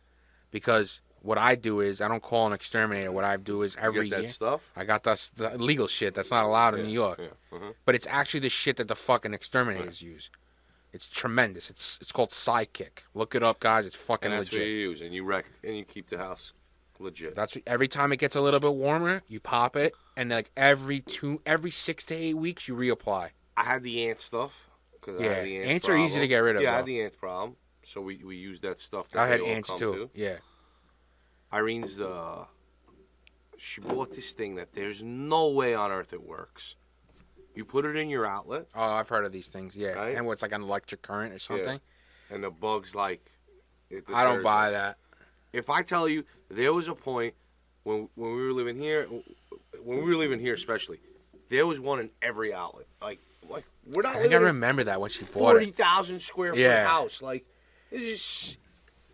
A: because what I do is I don't call an exterminator. What I do is
B: You
A: every
B: get that
A: year
B: stuff.
A: I got this the legal shit that's not allowed in New York,
B: Yeah. uh-huh.
A: but it's actually the shit that the fucking exterminators use. It's tremendous. It's it's called Sidekick. Look it up, guys. It's fucking
B: And that's what
A: legit.
B: you use, and you wreck, and you keep the house legit.
A: That's every time it gets a little bit warmer, you pop it, and like every two, every six to eight weeks, you reapply.
B: I had the ant stuff because I
A: Yeah,
B: had the ant
A: ants are easy to get rid of,
B: Yeah, I
A: though.
B: had the ant problem, so we we used that stuff. That
A: I had
B: they all
A: ants
B: come
A: too.
B: to.
A: Yeah.
B: Irene's uh, She bought this thing that there's no way on earth it works. You put it in your outlet,
A: Oh, I've heard of these things. Yeah,
B: Right?
A: and what's like an electric current or something.
B: and the bug's like. It
A: I don't
B: deters it.
A: buy that.
B: if I tell you there was a point when when we were living here, when we were living here especially, there was one in every outlet. Like like we're not
A: I think I
B: living in
A: remember that when she
B: a
A: bought
B: forty
A: it.
B: thousand square foot
A: Yeah.
B: house. Like this is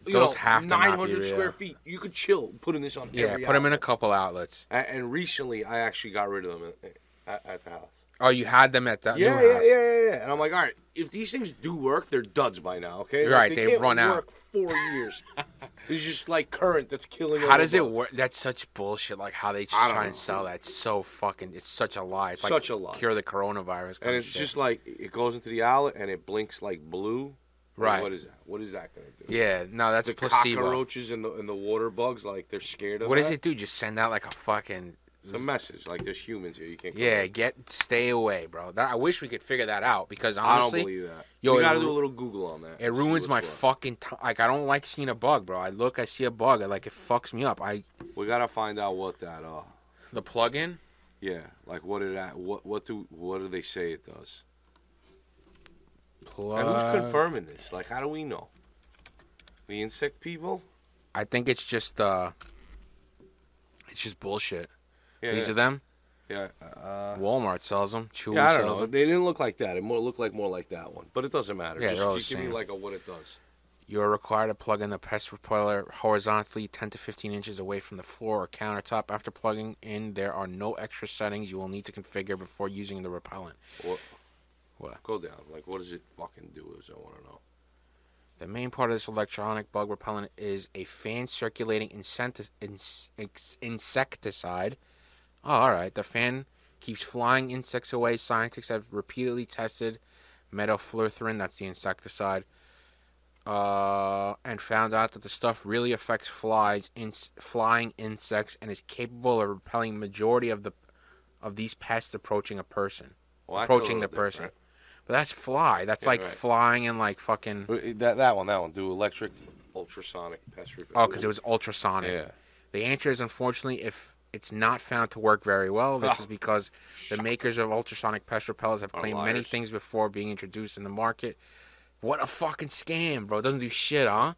B: you
A: Those
B: know
A: have to not be
B: nine hundred square
A: real.
B: feet. You could chill putting this on.
A: Yeah,
B: every
A: put them in a
B: outlet.
A: couple outlets.
B: A- And recently, I actually got rid of them at, at, at the house.
A: Oh, you had them at the new
B: Yeah, yeah,
A: house.
B: yeah, yeah, yeah. And I'm like, all right, if these things do work, they're duds by now, okay? Like,
A: Right, they've
B: can't
A: run out.
B: work Four years. it's just like current that's killing. all
A: How
B: the
A: does it
B: bugs.
A: work? That's such bullshit. Like how they just
B: I don't
A: try
B: know.
A: and sell that. It's so fucking. It's such a lie. It's
B: Such
A: like
B: a lie.
A: Cure the coronavirus.
B: and
A: kinda
B: it's
A: shit.
B: just like it goes into the outlet and it blinks like blue. Like,
A: Right.
B: What is that? What is that going to do?
A: yeah. No, that's
B: The
A: placebo.
B: cockroaches and the and the water bugs, like they're scared of
A: What does
B: that.
A: it do? Just send out like a fucking.
B: It's a message. Like there's humans here. You can't. come
A: Yeah,
B: in.
A: get stay away, bro. That, I wish we could figure that out because
B: I don't
A: honestly,
B: believe that.
A: yo,
B: you
A: it
B: got to
A: ru-
B: do a little Google on that.
A: It
B: and see
A: ruins
B: what's
A: my
B: what.
A: fucking time. Like I don't like seeing a bug, bro. I look, I see a bug, I like it fucks me up. I
B: We got to find out what that. Uh,
A: the plug-in.
B: yeah. Like what did that? What what do what do they say it does?
A: Plug.
B: And who's confirming this? Like how do we know? The insect people.
A: I think it's just uh, it's just bullshit.
B: Yeah.
A: These
B: yeah.
A: are them.
B: yeah. Uh,
A: Walmart sells them. Chewy
B: yeah, I don't
A: sells
B: know.
A: 'em.
B: They didn't look like that. It more looked like more like that one, but it doesn't matter.
A: Yeah,
B: just,
A: they're all
B: just
A: the
B: give me
A: same.
B: like a what it does.
A: You are required to plug in the pest repeller horizontally, 10 to 15 inches away from the floor or countertop. After plugging in, there are no extra settings you will need to configure before using the repellent.
B: What?
A: What?
B: Go down. Like, what does it fucking do? Is I want to know.
A: The main part of this electronic bug repellent is a fan circulating incenti- ins- ex- insecticide. Oh, all right. The fan keeps flying insects away. Scientists have repeatedly tested metafluorethrin, that's the insecticide, uh, and found out that the stuff really affects flies, ins- flying insects, and is capable of repelling majority of the of these pests approaching a person,
B: Well, that's a
A: approaching the
B: little
A: person.
B: different.
A: But that's fly. That's
B: Yeah,
A: like
B: right.
A: flying and like fucking.
B: Uh, That that one, that one. Do electric, ultrasonic pest repellent.
A: Oh, because it was ultrasonic.
B: Yeah.
A: The answer is unfortunately, if it's not found to work very well, this
B: Ah.
A: is because the makers of ultrasonic pest repellents have
B: Are
A: claimed many
B: liars.
A: things before being introduced in the market. What a fucking scam, bro! It doesn't do shit, huh?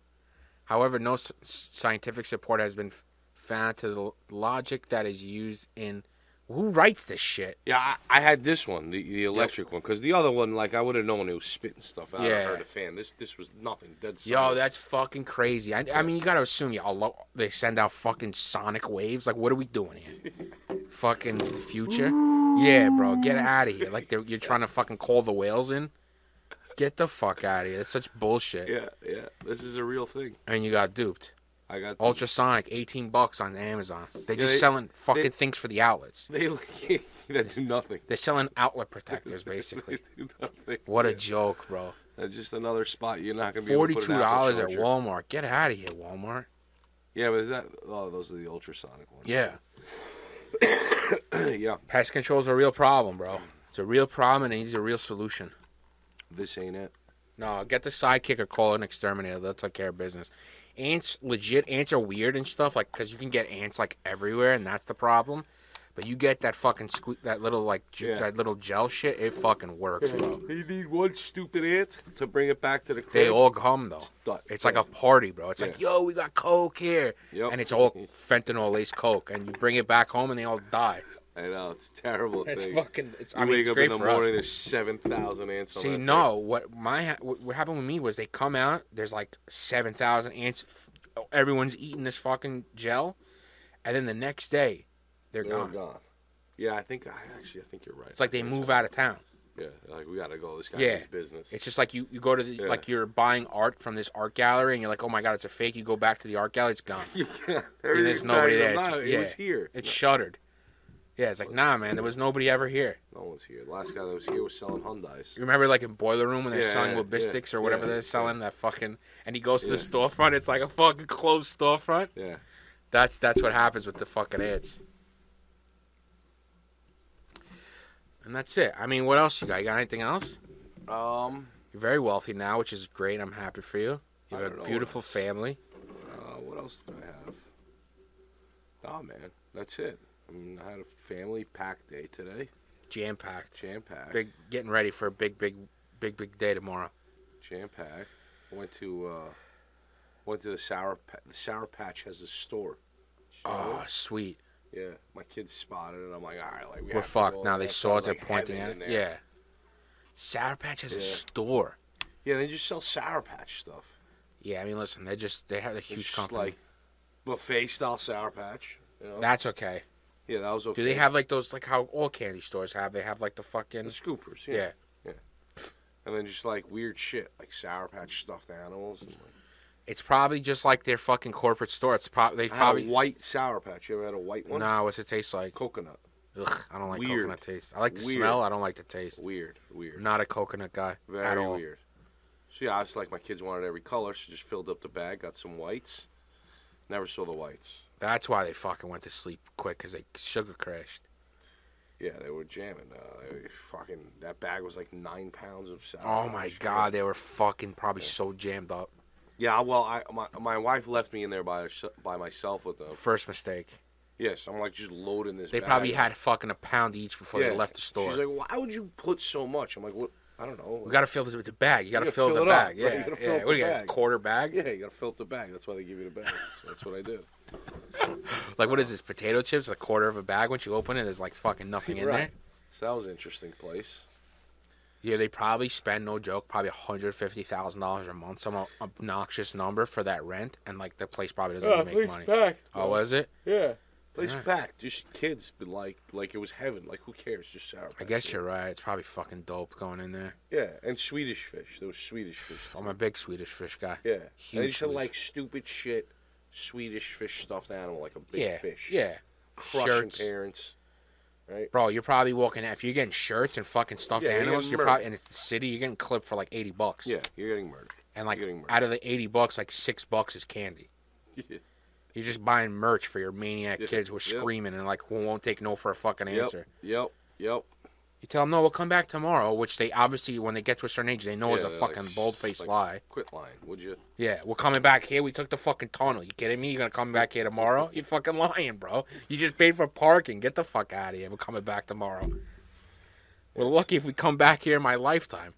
A: However, no s- s- scientific support has been f- found to the l- logic that is used in. Who writes this shit?
B: Yeah, I, I had this one, the, the electric one, 'cause one, because the other one, like, I would have known it was spitting stuff out.
A: Yeah.
B: I heard a fan. This this was nothing. Dead.
A: Yo,
B: silent.
A: that's fucking crazy. I, I mean, you gotta assume y'all lo- they send out fucking sonic waves. Like, what are we doing here? fucking future? Yeah, bro, get out of here. Like, they're, you're trying to fucking call the whales in. Get the fuck out of here. That's such bullshit.
B: Yeah, yeah. This is a real thing.
A: And you got duped.
B: I got
A: Ultrasonic, eighteen bucks on Amazon. They're just
B: they-
A: selling fucking
B: they-
A: things for the outlets.
B: They that do nothing.
A: They're selling outlet protectors,
B: They
A: basically.
B: do nothing.
A: What a joke, bro.
B: That's just another spot you're not gonna be. able to put
A: Forty-two
B: an Apple
A: dollars at
B: charger.
A: Walmart. Get out of here, Walmart.
B: Yeah, but that oh, those are the ultrasonic ones.
A: Yeah.
B: yeah.
A: Pest control's a real problem,
B: Mm.
A: bro. It's a real problem and it needs a real solution.
B: This ain't it.
A: No, get the sidekick or call an exterminator. They'll take care of business. Ants, legit, ants are weird and stuff, like, because you can get ants, like, everywhere, and that's the problem. But you get that fucking sque- that little, like, ju-
B: Yeah.
A: that little gel shit, it fucking works, bro.
B: You need one stupid ant to bring it back to the crib.
A: They all come, though.
B: Done.
A: It's like a party, bro. It's like,
B: Yeah.
A: yo, we got coke here.
B: Yep.
A: And it's all fentanyl laced coke. And you bring it back home and they all die.
B: I know it's a terrible
A: It's
B: thing.
A: fucking, it's,
B: you
A: I mean,
B: wake
A: it's
B: up
A: great
B: in the
A: for us.
B: morning, there's seven thousand ants. on
A: See,
B: that
A: no, what my ha- what what happened with me was they come out. There's like seven thousand ants. F- oh, everyone's eating this fucking gel, and then the next day, they're
B: thing. They're all
A: gone.
B: gone. Yeah, I think I actually I think you're right.
A: It's like they
B: That's
A: move
B: it.
A: out of town.
B: Yeah, like we gotta go. This guy
A: Yeah.
B: needs business.
A: It's just like you, you go to the
B: Yeah.
A: like you're buying art from this art gallery, and you're like, oh my god, it's a fake. You go back to the art gallery, it's gone.
B: yeah,
A: There's nobody there. It's-
B: It
A: yeah.
B: was here.
A: It's shuttered. Yeah, it's like nah, man. There was nobody ever here.
B: No one's here. The last guy that was here was selling Hyundai's.
A: You remember like in Boiler Room when they're
B: Yeah,
A: selling
B: yeah,
A: Wobbistics
B: yeah,
A: or whatever
B: yeah,
A: they're selling that fucking, and he goes to the
B: Yeah.
A: storefront. It's like a fucking closed storefront.
B: Yeah.
A: That's that's what happens with the fucking ants. And that's it. I mean, what else you got? You got anything else?
B: Um.
A: You're very wealthy now, which is great. I'm happy for you. You have
B: I don't know
A: a
B: what
A: beautiful family.
B: Uh, what else did I have? Nah, man, that's it. I mean, I had a family pack day today,
A: Jam packed.
B: jam packed,
A: Big, getting ready for a big, big, big, big day tomorrow.
B: jam packed. Went to uh, went to the sour pa- the sour patch has a store.
A: Oh, sweet.
B: Yeah, my kids spotted it. I'm like, all right, like we
A: We're
B: have to
A: fucked.
B: go.
A: Now they
B: That
A: saw it.
B: sounds
A: They're
B: like
A: pointing at
B: heaven
A: it.
B: in there.
A: Yeah. Sour Patch has a
B: Yeah.
A: store.
B: yeah, they just sell sour patch stuff.
A: Yeah, I mean, listen, they just they had a
B: It's
A: huge
B: just
A: company.
B: like buffet style sour patch. You know?
A: That's okay.
B: yeah, that was okay.
A: Do they have like those like how all candy stores have? They have like the
B: the
A: fucking
B: scoopers?
A: yeah.
B: Yeah, and then just like weird shit like sour patch stuffed animals. And, like,
A: It's probably just like their fucking corporate store. It's probably they
B: I had a
A: probably
B: white sour patch. You ever had a white one?
A: nah. What's it taste like?
B: Coconut.
A: Ugh, I don't like
B: Weird.
A: coconut taste. I like the
B: Weird.
A: smell. I don't like the taste.
B: Weird, weird,
A: I'm not a coconut guy at
B: very
A: all.
B: weird. So yeah, I was like, my kids wanted every color, so just filled up the bag, got some whites. Never saw the whites.
A: That's why they fucking went to sleep quick because they sugar crashed.
B: Yeah, they were jamming. Uh, they fucking that bag was like nine pounds of sour.
A: Oh my
B: patch.
A: god, they were fucking probably so jammed up.
B: Yeah, well, I my, my wife left me in there by herse- by myself with them.
A: First mistake.
B: Yes, I'm like just loading this.
A: They
B: bag
A: probably
B: up.
A: had fucking a pound each before
B: Yeah.
A: they left the store.
B: She's like, why would you put so much? I'm like, what? I don't know.
A: we gotta fill this with the bag. You gotta,
B: gotta
A: fill,
B: fill
A: the
B: it up,
A: bag.
B: right? You
A: Yeah,
B: gotta fill
A: yeah.
B: up
A: What
B: the
A: do you got? a
B: bag.
A: Quarter bag?
B: yeah, you gotta fill up the bag. That's why they give you the bag. So that's what I did.
A: Like what is this? Potato chips? A quarter of a bag. Once you open it, there's like fucking nothing in there.
B: Right. So that was an interesting place.
A: Yeah, they probably spend no joke, probably hundred fifty thousand dollars a month, some obnoxious number for that rent, and like the place probably doesn't even make money. Oh, was it?
B: Yeah. Place
A: Alright.
B: packed. Just kids, but like like it was heaven. Like who cares? Just sour.
A: I guess you're right. It's probably fucking dope going in there.
B: Yeah, and Swedish fish. There was Swedish fish.
A: I'm a big Swedish fish guy.
B: Yeah. and they
A: Huge
B: just had
A: Swedish-
B: like stupid shit, Swedish fish stuffed animal, like a big
A: yeah,
B: fish.
A: yeah.
B: Crushing parents.
A: bro. You're probably walking if you're getting shirts and fucking stuffed
B: Yeah, you're
A: animals.
B: getting
A: You're
B: murdered.
A: probably and it's the city. You're getting clipped for like eighty bucks.
B: Yeah, you're getting murdered.
A: and like
B: getting murdered.
A: out of the eighty bucks, like six bucks is candy.
B: Yeah.
A: You're just buying merch for your maniac
B: Yeah,
A: kids who are
B: yeah.
A: screaming and like who won't take no for a fucking
B: Yep.
A: answer.
B: Yep. Yep.
A: You tell them no, we'll come back tomorrow, which they obviously when they get to a certain age, they know is
B: Yeah,
A: a
B: they're
A: fucking
B: like,
A: bold faced
B: like,
A: lie.
B: Quit lying, would you?
A: Yeah, we're coming back here. We took the fucking tunnel. You kidding me? You're gonna come back here tomorrow? You fucking lying, bro. You just paid for parking. Get the fuck out of here. We're coming back tomorrow. We're
B: Yes.
A: lucky if we come back here in my lifetime.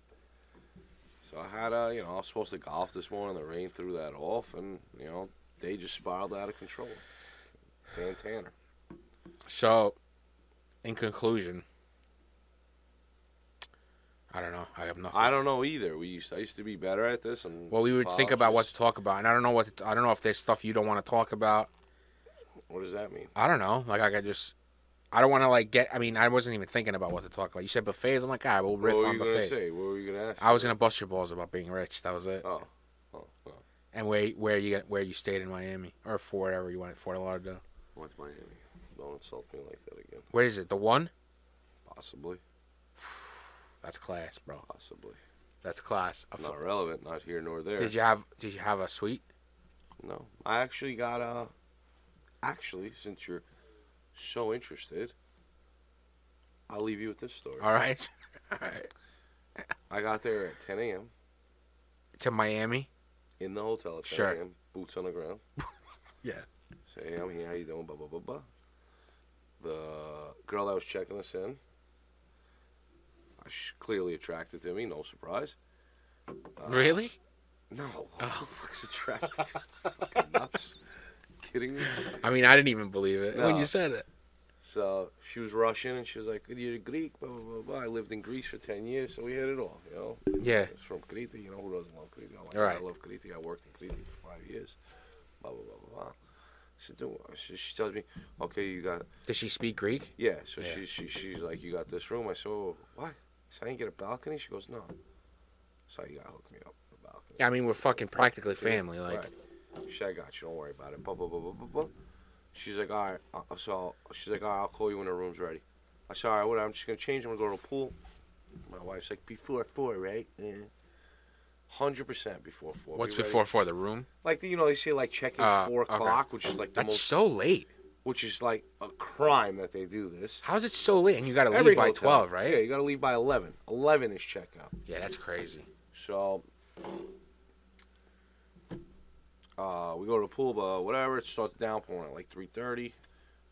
B: So I had a, you know, I was supposed to golf this morning. The rain threw that off, and you know, day just spiraled out of control. Dan Tanner.
A: So, in conclusion, I don't know. I have nothing.
B: I don't know either. We used, I used to be better at this, and
A: Well, we would think about what to
B: apologies.
A: talk about, and I don't know what to, I don't know if there's stuff you don't want to talk about.
B: What does that mean?
A: I don't know. Like I could just, I don't want to like get. I mean, I wasn't even thinking about what to talk about. You said buffets. I'm like, all right, we'll riff
B: what were
A: on
B: you gonna
A: buffets.
B: say? What were you gonna ask?
A: I was gonna bust your balls about being rich. That was it.
B: Oh, oh, oh.
A: And where where you got- where you stayed in Miami or for wherever you went, Fort Lauderdale.
B: What's Miami? Don't insult me like that again.
A: Where is it? The one?
B: Possibly,
A: That's class, bro.
B: possibly.
A: That's class. A fu-
B: Not relevant. Not here nor there.
A: did you have Did you have a suite?
B: No, I actually got a. Actually, since you're so interested, I'll leave you with this story.
A: All right, all right.
B: I got there at 10 a.m.
A: To Miami.
B: in the hotel at 10
A: Sure.
B: a.m. Boots on the ground.
A: Yeah.
B: Say, hey, I'm here. How you doing? Blah blah blah blah. The girl that was checking us in, uh, she's clearly attracted to me. No surprise. Uh,
A: really? Oh.
B: No. Who the fuck's attracted to me? Fucking nuts. Kidding me?
A: I mean, I didn't even believe it when
B: No.
A: you said it.
B: So she was Russian, and she was like, "You're Greek." Blah blah blah. blah. I lived in Greece for 10 years, so we had it all. You know.
A: Yeah.
B: It's from Crete. You know who doesn't love Crete? I'm like, I
A: Right.
B: love Crete. I worked in Crete for five years. Blah blah blah blah. blah. She, do, she, she tells me, okay, you got
A: Did she speak Greek?
B: yeah. So
A: Yeah.
B: she, she she's like, you got this room. I said, oh, why? I said, I didn't get a balcony. She goes, no. So you gotta hook me up with a balcony.
A: Yeah, I mean, we're fucking practically family.
B: Yeah,
A: Like,
B: right. She said, I got you. Don't worry about it. Blah blah blah blah blah. blah. She's like, all right. Uh, so she's like, all right. I'll call you when the room's ready. I said, all right. What? I'm just gonna change. I'm gonna go to the pool. My wife's like, before four, right? Yeah. Hundred percent before four.
A: what's
B: We ready?
A: before for the room?
B: Like you know, they say like check in
A: Uh,
B: four
A: okay.
B: o'clock, which is like the
A: That's
B: most,
A: so late.
B: which is like a crime that they do this.
A: How is it so late? And you got to
B: Every
A: leave by
B: hotel.
A: twelve,
B: Yeah,
A: right?
B: you gotta leave by eleven. Eleven is checkout.
A: Yeah. that's crazy.
B: So uh, we go to the pool, but whatever. It starts downpouring at like three thirty.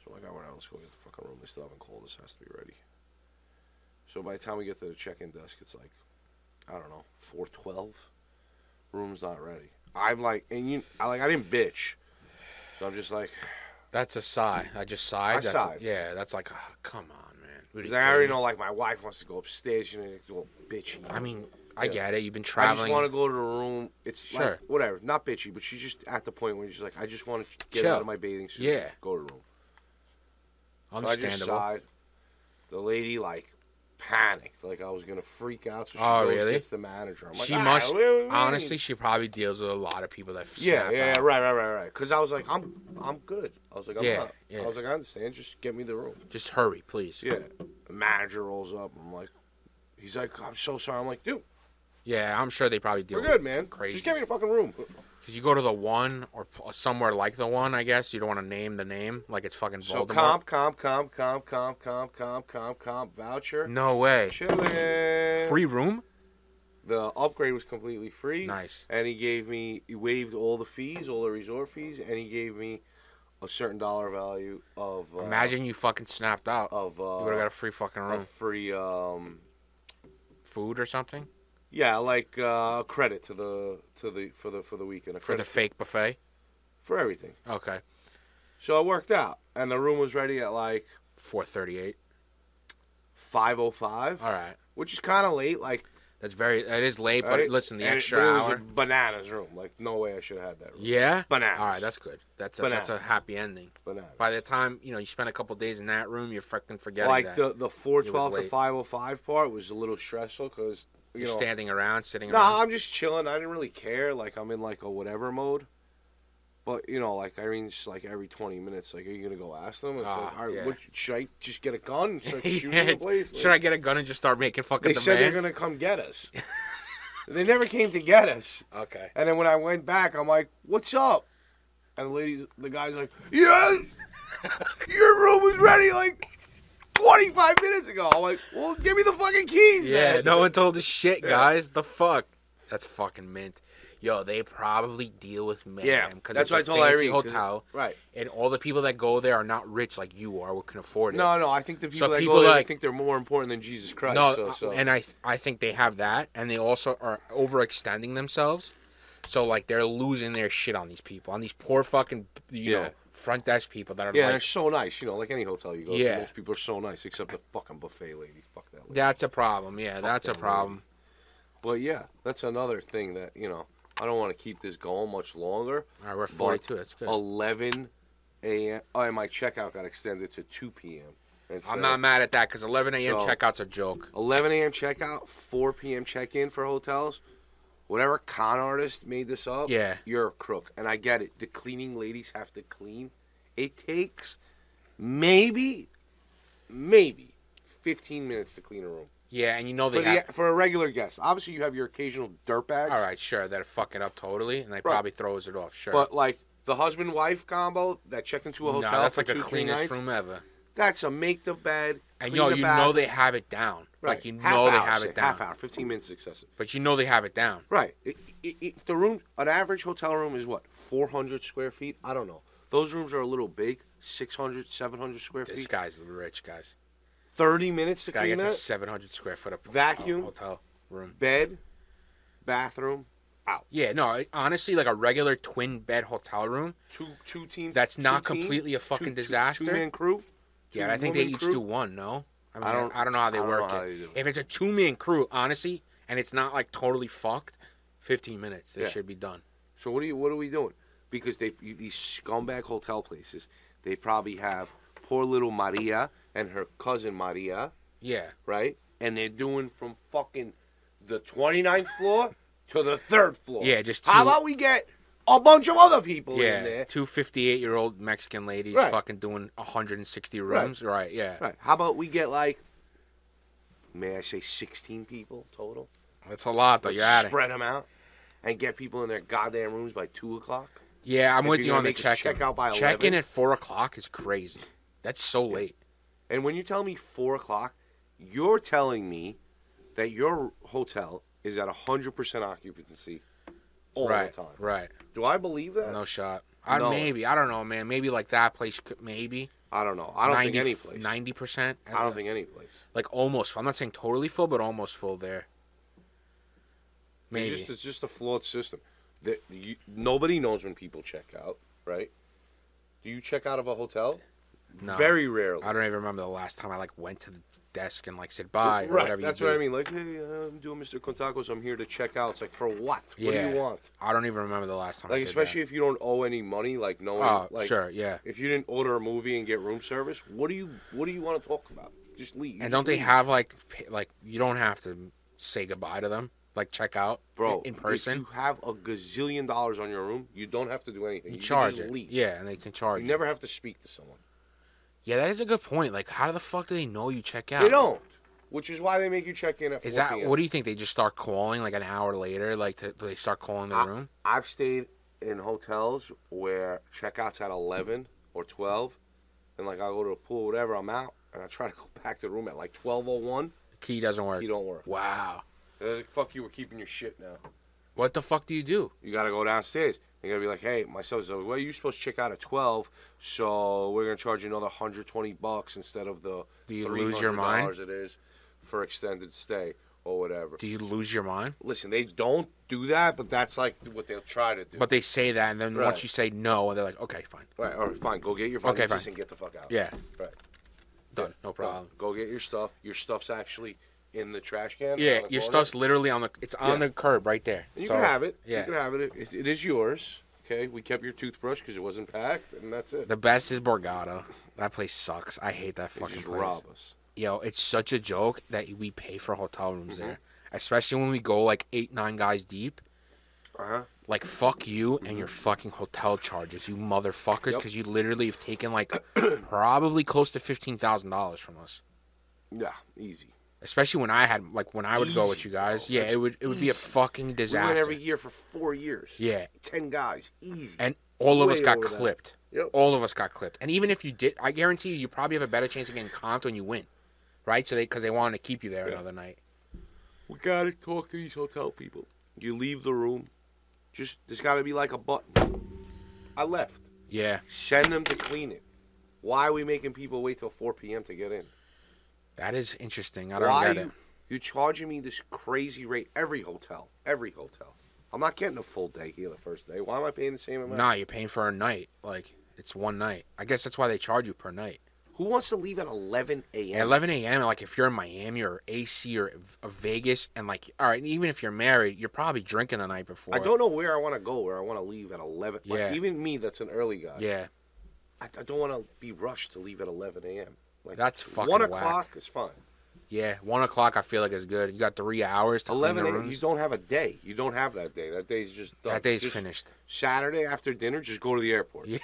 B: I'm like, all right, let's go get the fucking room. They still haven't called. This has to be ready. So by the time we get to the check-in desk, it's like, I don't know, four twelve. Room's not ready. I'm like, and you, I like, I didn't bitch. So I'm just like,
A: That's a sigh. I just sighed.
B: I
A: that's
B: sighed.
A: A, yeah, that's like, ah, come on, man. What are
B: 'cause
A: you
B: I already
A: kidding me?
B: know, like, my wife wants to go upstairs. You know, like, well, bitchy.
A: I mean, I
B: Yeah.
A: get it. You've been
B: I just
A: traveling.
B: want to go to the room. It's
A: Sure.
B: like whatever, not bitchy, but she's just at the point where she's like, I just want to get
A: Chill.
B: out of my bathing suit.
A: Yeah.
B: go to the room. So
A: Understandable.
B: I just sighed. The lady like panicked, like I was gonna freak out. So she
A: Oh,
B: goes
A: really?
B: gets the manager. I'm like,
A: she
B: "Ah,
A: must
B: wait, wait, wait."
A: honestly. She probably deals with a lot of people that
B: Yeah,
A: snap
B: yeah,
A: out.
B: yeah, right, right, right, right. Because I was like, I'm, I'm good. I was like, I'm
A: Yeah,
B: not.
A: yeah.
B: I was like, I understand. Just get me the room.
A: Just hurry, please.
B: Yeah. The manager rolls up. I'm like, he's like, I'm so sorry. I'm like, dude,
A: Yeah, I'm sure they probably deal.
B: we're good, man.
A: Crazy.
B: Just get me the fucking room.
A: Because you go to the one or p- somewhere like the one, I guess you don't want to name the name like it's fucking
B: So
A: Voldemort.
B: comp, comp, comp, comp, comp, comp, comp, comp, comp voucher.
A: no way.
B: Chilling.
A: Free room?
B: The upgrade was completely free.
A: Nice.
B: And he gave me, he waived all the fees, all the resort fees, and he gave me a certain dollar value of. Uh,
A: Imagine you fucking snapped out.
B: Of
A: you would have got
B: uh,
A: a free fucking
B: a
A: room,
B: free, um,
A: food or something
B: yeah, like uh, credit to the to the for the for the weekend. A
A: for the
B: credit
A: fake buffet.
B: for everything.
A: Okay,
B: So it worked out, and the room was ready at like
A: four thirty-eight.
B: five oh five,
A: All right,
B: which is kind of late. Like
A: that's very. That is late, but
B: Right?
A: listen, the
B: And it-
A: extra
B: but it was
A: hour.
B: a bananas room. Like no way I should have had that room.
A: yeah.
B: Bananas.
A: All right, that's good. That's a, that's a
B: Bananas.
A: happy ending.
B: bananas.
A: By the time you know you spend a couple days in that room, you're fucking forgetting
B: like
A: that
B: the the four twelve to
A: late.
B: five oh five part was a little stressful because you
A: you're
B: know.
A: standing around, sitting
B: no,
A: around.
B: I'm just chilling. I didn't really care. Like I'm in like a whatever mode. But you know, like I mean, just like every twenty minutes, like are you gonna go ask them? It's
A: Ah,
B: like, all right,
A: yeah.
B: what, should I just get a gun and start shooting
A: Yeah.
B: the place? Like,
A: Should I get a gun and just start making fucking
B: they
A: demands?
B: said they're gonna come get us. they never came to get us.
A: Okay.
B: And then when I went back, I'm like, "What's up?" And the ladies, the guy's like, "Yes, your room was ready like 25 minutes ago." I'm like, "Well, give me the fucking keys."
A: Yeah,
B: then."
A: no one told us shit,
B: Yeah.
A: guys. The fuck? That's fucking mint. Yo, they probably deal with mayhem.
B: Yeah,
A: because it's
B: that's what
A: a
B: I told
A: fancy
B: Irene, 'cause it-
A: hotel,
B: Right.
A: and all the people that go there are not rich like you are, or can afford it.
B: No, no. I think the people that
A: people
B: go there, they
A: like-
B: think they're more important than Jesus Christ.
A: no,
B: so, so.
A: and I, I think they have that, and they also are overextending themselves. So like they're losing their shit on these people, on these poor fucking, you
B: Yeah.
A: know, front desk people that are
B: yeah, they're
A: like,
B: so nice. You know, like any hotel you go to,
A: Yeah.
B: most people are so nice, except the fucking buffet lady. Fuck that lady.
A: that's a problem. Yeah, that's a
B: them,
A: problem.
B: But yeah, that's another thing that you know. I don't want to keep this going much longer.
A: All right, we're
B: but-
A: forty-two. That's good.
B: 11 a.m. Oh, and my checkout got extended to 2 p.m. instead
A: I'm
B: of
A: not mad at that because 11 a.m.
B: So-
A: checkout's a joke.
B: 11 a.m. checkout, 4 p.m. check-in for hotels. Whatever con artist made this up,
A: Yeah.
B: you're a crook. And I get it. The cleaning ladies have to clean. It takes maybe, maybe 15 minutes to clean a room
A: Yeah, and you know
B: for,
A: they
B: the,
A: have.
B: for a regular guest. Obviously, you have your occasional dirtbags.
A: All right, sure, that are fucking up totally, and they probably throws it off. Sure,
B: but like the husband-wife combo that checked into a
A: no,
B: hotel
A: that's
B: for
A: like the
B: two, three
A: cleanest
B: nights,
A: room ever.
B: That's a make the bed.
A: And
B: clean
A: yo,
B: the
A: you
B: bath.
A: know they have it down.
B: Right.
A: Like you know
B: Half
A: they
B: hour,
A: have
B: say,
A: it down.
B: Half hour, fifteen minutes is excessive.
A: But you know they have it down.
B: Right. It, it, it, the room, an average hotel room is what, four hundred square feet? I don't know. Those rooms are a little big, 600, 700 square
A: This
B: feet.
A: guy's rich, guys.
B: Thirty minutes to
A: This guy
B: clean
A: gets a
B: that
A: 700 square foot up
B: Vacuum.
A: hotel room.
B: bed, bathroom,
A: Yeah, no, I- honestly, like a regular twin bed hotel room.
B: two two teams.
A: That's not completely a fucking disaster.
B: Two man crew.
A: yeah, and I think they
B: two-woman
A: each
B: crew.
A: do one. No, I, mean,
B: I
A: I
B: don't-
A: don't. I don't know how they
B: I don't know
A: work
B: how
A: it.
B: they do it.
A: If it's a two man crew, honestly, and it's not like totally fucked, 15 minutes they
B: Yeah.
A: should be done.
B: So what are you? What are we doing? Because they you- these scumbag hotel places, they probably have poor little Maria and her cousin Maria.
A: Yeah.
B: right? And they're doing from fucking the 29th floor to the third floor.
A: Yeah, just
B: How
A: two-
B: about we get a bunch of other people in
A: Yeah,
B: there?
A: two 58 year old Mexican ladies
B: Right.
A: fucking doing 160 rooms. Right, yeah.
B: Right. How about we get like, may I say, 16 people total?
A: That's a lot, though.
B: Let's
A: You're at it.
B: spread them out and get people in their goddamn rooms by two o'clock.
A: Yeah, I'm
B: If
A: with
B: you're
A: you
B: gonna
A: on the
B: make us
A: check in.
B: check out by
A: Check
B: 11.
A: in at 4 o'clock is crazy. That's so late.
B: And when you tell me four o'clock, you're telling me that your hotel is at 100% occupancy all
A: right,
B: the time.
A: right.
B: Do I believe that?
A: No shot. I,
B: No.
A: Maybe. I don't know, man. Maybe like that place, could, maybe.
C: I don't know. I don't think any place.
A: Ninety percent.
C: I don't think any place.
A: like almost. full. I'm not saying totally full, but almost full there. Maybe.
B: It's just it's just a flawed system. That you, nobody knows when people check out, right? Do you check out of a hotel?
A: no.
B: Very rarely.
A: I don't even remember the last time I like went to the desk and like said bye or
B: right.
A: whatever.
B: That's
A: you do.
B: what I mean. Like, hey, uh, I'm doing Mr. Contacos. I'm here to check out. It's like for what? What do
A: Yeah.
B: you want?
A: I don't even remember the last time. I
B: Like,
A: did that.
B: especially if you don't owe any money. Like, no. one-
A: Oh,
B: like,
A: sure, yeah.
B: If you didn't order a movie and get room service, what do you what do you want to talk about? Just leave.
A: And
B: Just
A: don't they
B: leave.
A: have like pa- like you don't have to say goodbye to them, like check out,
B: bro
A: in
B: if
A: person.
B: you have a gazillion dollars on your room, you don't have to do anything.
A: You,
B: You, can
A: charge
B: just
A: it,
B: Leave.
A: yeah, and they can charge.
B: You
A: it.
B: never have to speak to someone.
A: Yeah, that is a good point. Like, how the fuck do they know you check out?
B: They don't, which is why they make you check in at.
A: Is
B: 4
A: that
B: PM.
A: what do you think? They just start calling like an hour later. Like, to, do they start calling the
B: I-
A: room.
B: I've stayed in hotels where checkouts at eleven or twelve, and like I go to a pool, whatever. I'm out, and I try to go back to the room at like twelve oh one.
A: Key doesn't work.
B: Key don't work.
A: Wow.
B: They're like, fuck you, we're keeping your shit now.
A: What the fuck do you do?
B: You gotta go downstairs. You gotta be like, hey, my son's like, well, you're supposed to check out at twelve, so we're gonna charge you another hundred twenty bucks instead of the
A: Do you lose your mind?
B: $300 It is for extended stay or whatever.
A: Do you lose your mind?
B: Listen, they don't do that, but that's like what they'll try to do.
A: But they say that, and then once
B: Right.
A: you say no, and they're like, okay, fine,
B: Right, all right, fine. Go get your
A: Okay,
B: fucking
A: fine.
B: okay, and get the fuck out.
A: yeah,
B: Oh. Right.
A: done, no problem.
B: Done. Go get your stuff. Your stuff's actually in the trash can.
A: Yeah,
B: on the
A: your
B: corner.
A: stuff's literally on the. It's on
B: Yeah.
A: the curb right there.
B: You
A: So,
B: can have it.
A: Yeah.
B: You can have it. It, it is yours. Okay. We kept your toothbrush because it wasn't packed, and that's it.
A: The best is Borgata. That place sucks. I hate that
B: They
A: fucking
B: just
A: place.
B: rob us.
A: Yo, it's such a joke that we pay for hotel rooms
B: Mm-hmm.
A: there, especially when we go like eight, nine guys deep.
B: Uh huh.
A: Like fuck you and your fucking hotel charges, you motherfuckers,
B: Yep.
A: because you literally have taken like probably close to fifteen thousand dollars from us.
B: Yeah. Easy.
A: Especially when I had like when I would go with
B: Easy,
A: you guys.
B: bro.
A: Yeah,
B: That's
A: it would it would be a fucking
B: We
A: disaster.
B: went every year for four years.
A: yeah,
B: Ten guys. Easy.
A: and all of us
B: Way
A: got
B: over that.
A: clipped.
B: Yep.
A: All of us got clipped. And even if you did, I guarantee you, you probably have a better chance of getting comped when you win, right? So they because they wanted to keep you there
B: Yeah.
A: another night.
B: We gotta talk to these hotel people. You leave the room. Just there's gotta be like a button. I left.
A: Yeah,
B: Send them to clean it. Why are we making people wait till 4 p.m. to get in?
A: that is interesting. I don't
B: Why
A: get
B: you,
A: it.
B: you charging me this crazy rate? Every hotel, every hotel. I'm not getting a full day here the first day. Why am I paying the same amount?
A: Nah, you're paying for a night. Like it's one night. I guess that's why they charge you per night.
B: Who wants to leave at 11
A: At
B: a.m.?
A: 11 a.m., like if you're in Miami or AC or V- or Vegas, and like, all right, even if you're married, you're probably drinking the night before.
B: I don't know where I want to go. Where I want to leave at 11. Like,
A: Yeah.
B: even me, that's an early guy.
A: Yeah,
B: I, I don't want to be rushed to leave at 11 a.m. Like
A: That's fucking
B: One
A: whack.
B: o'clock is fine.
A: yeah. One o'clock, I feel like is good. You got three hours to 11 clean
B: 11
A: the
B: a.m. You
A: rooms.
B: don't have a day. You don't have that day. That day's just done.
A: That day's
B: Just
A: finished.
B: Saturday after dinner, just go to the airport.
A: Yeah.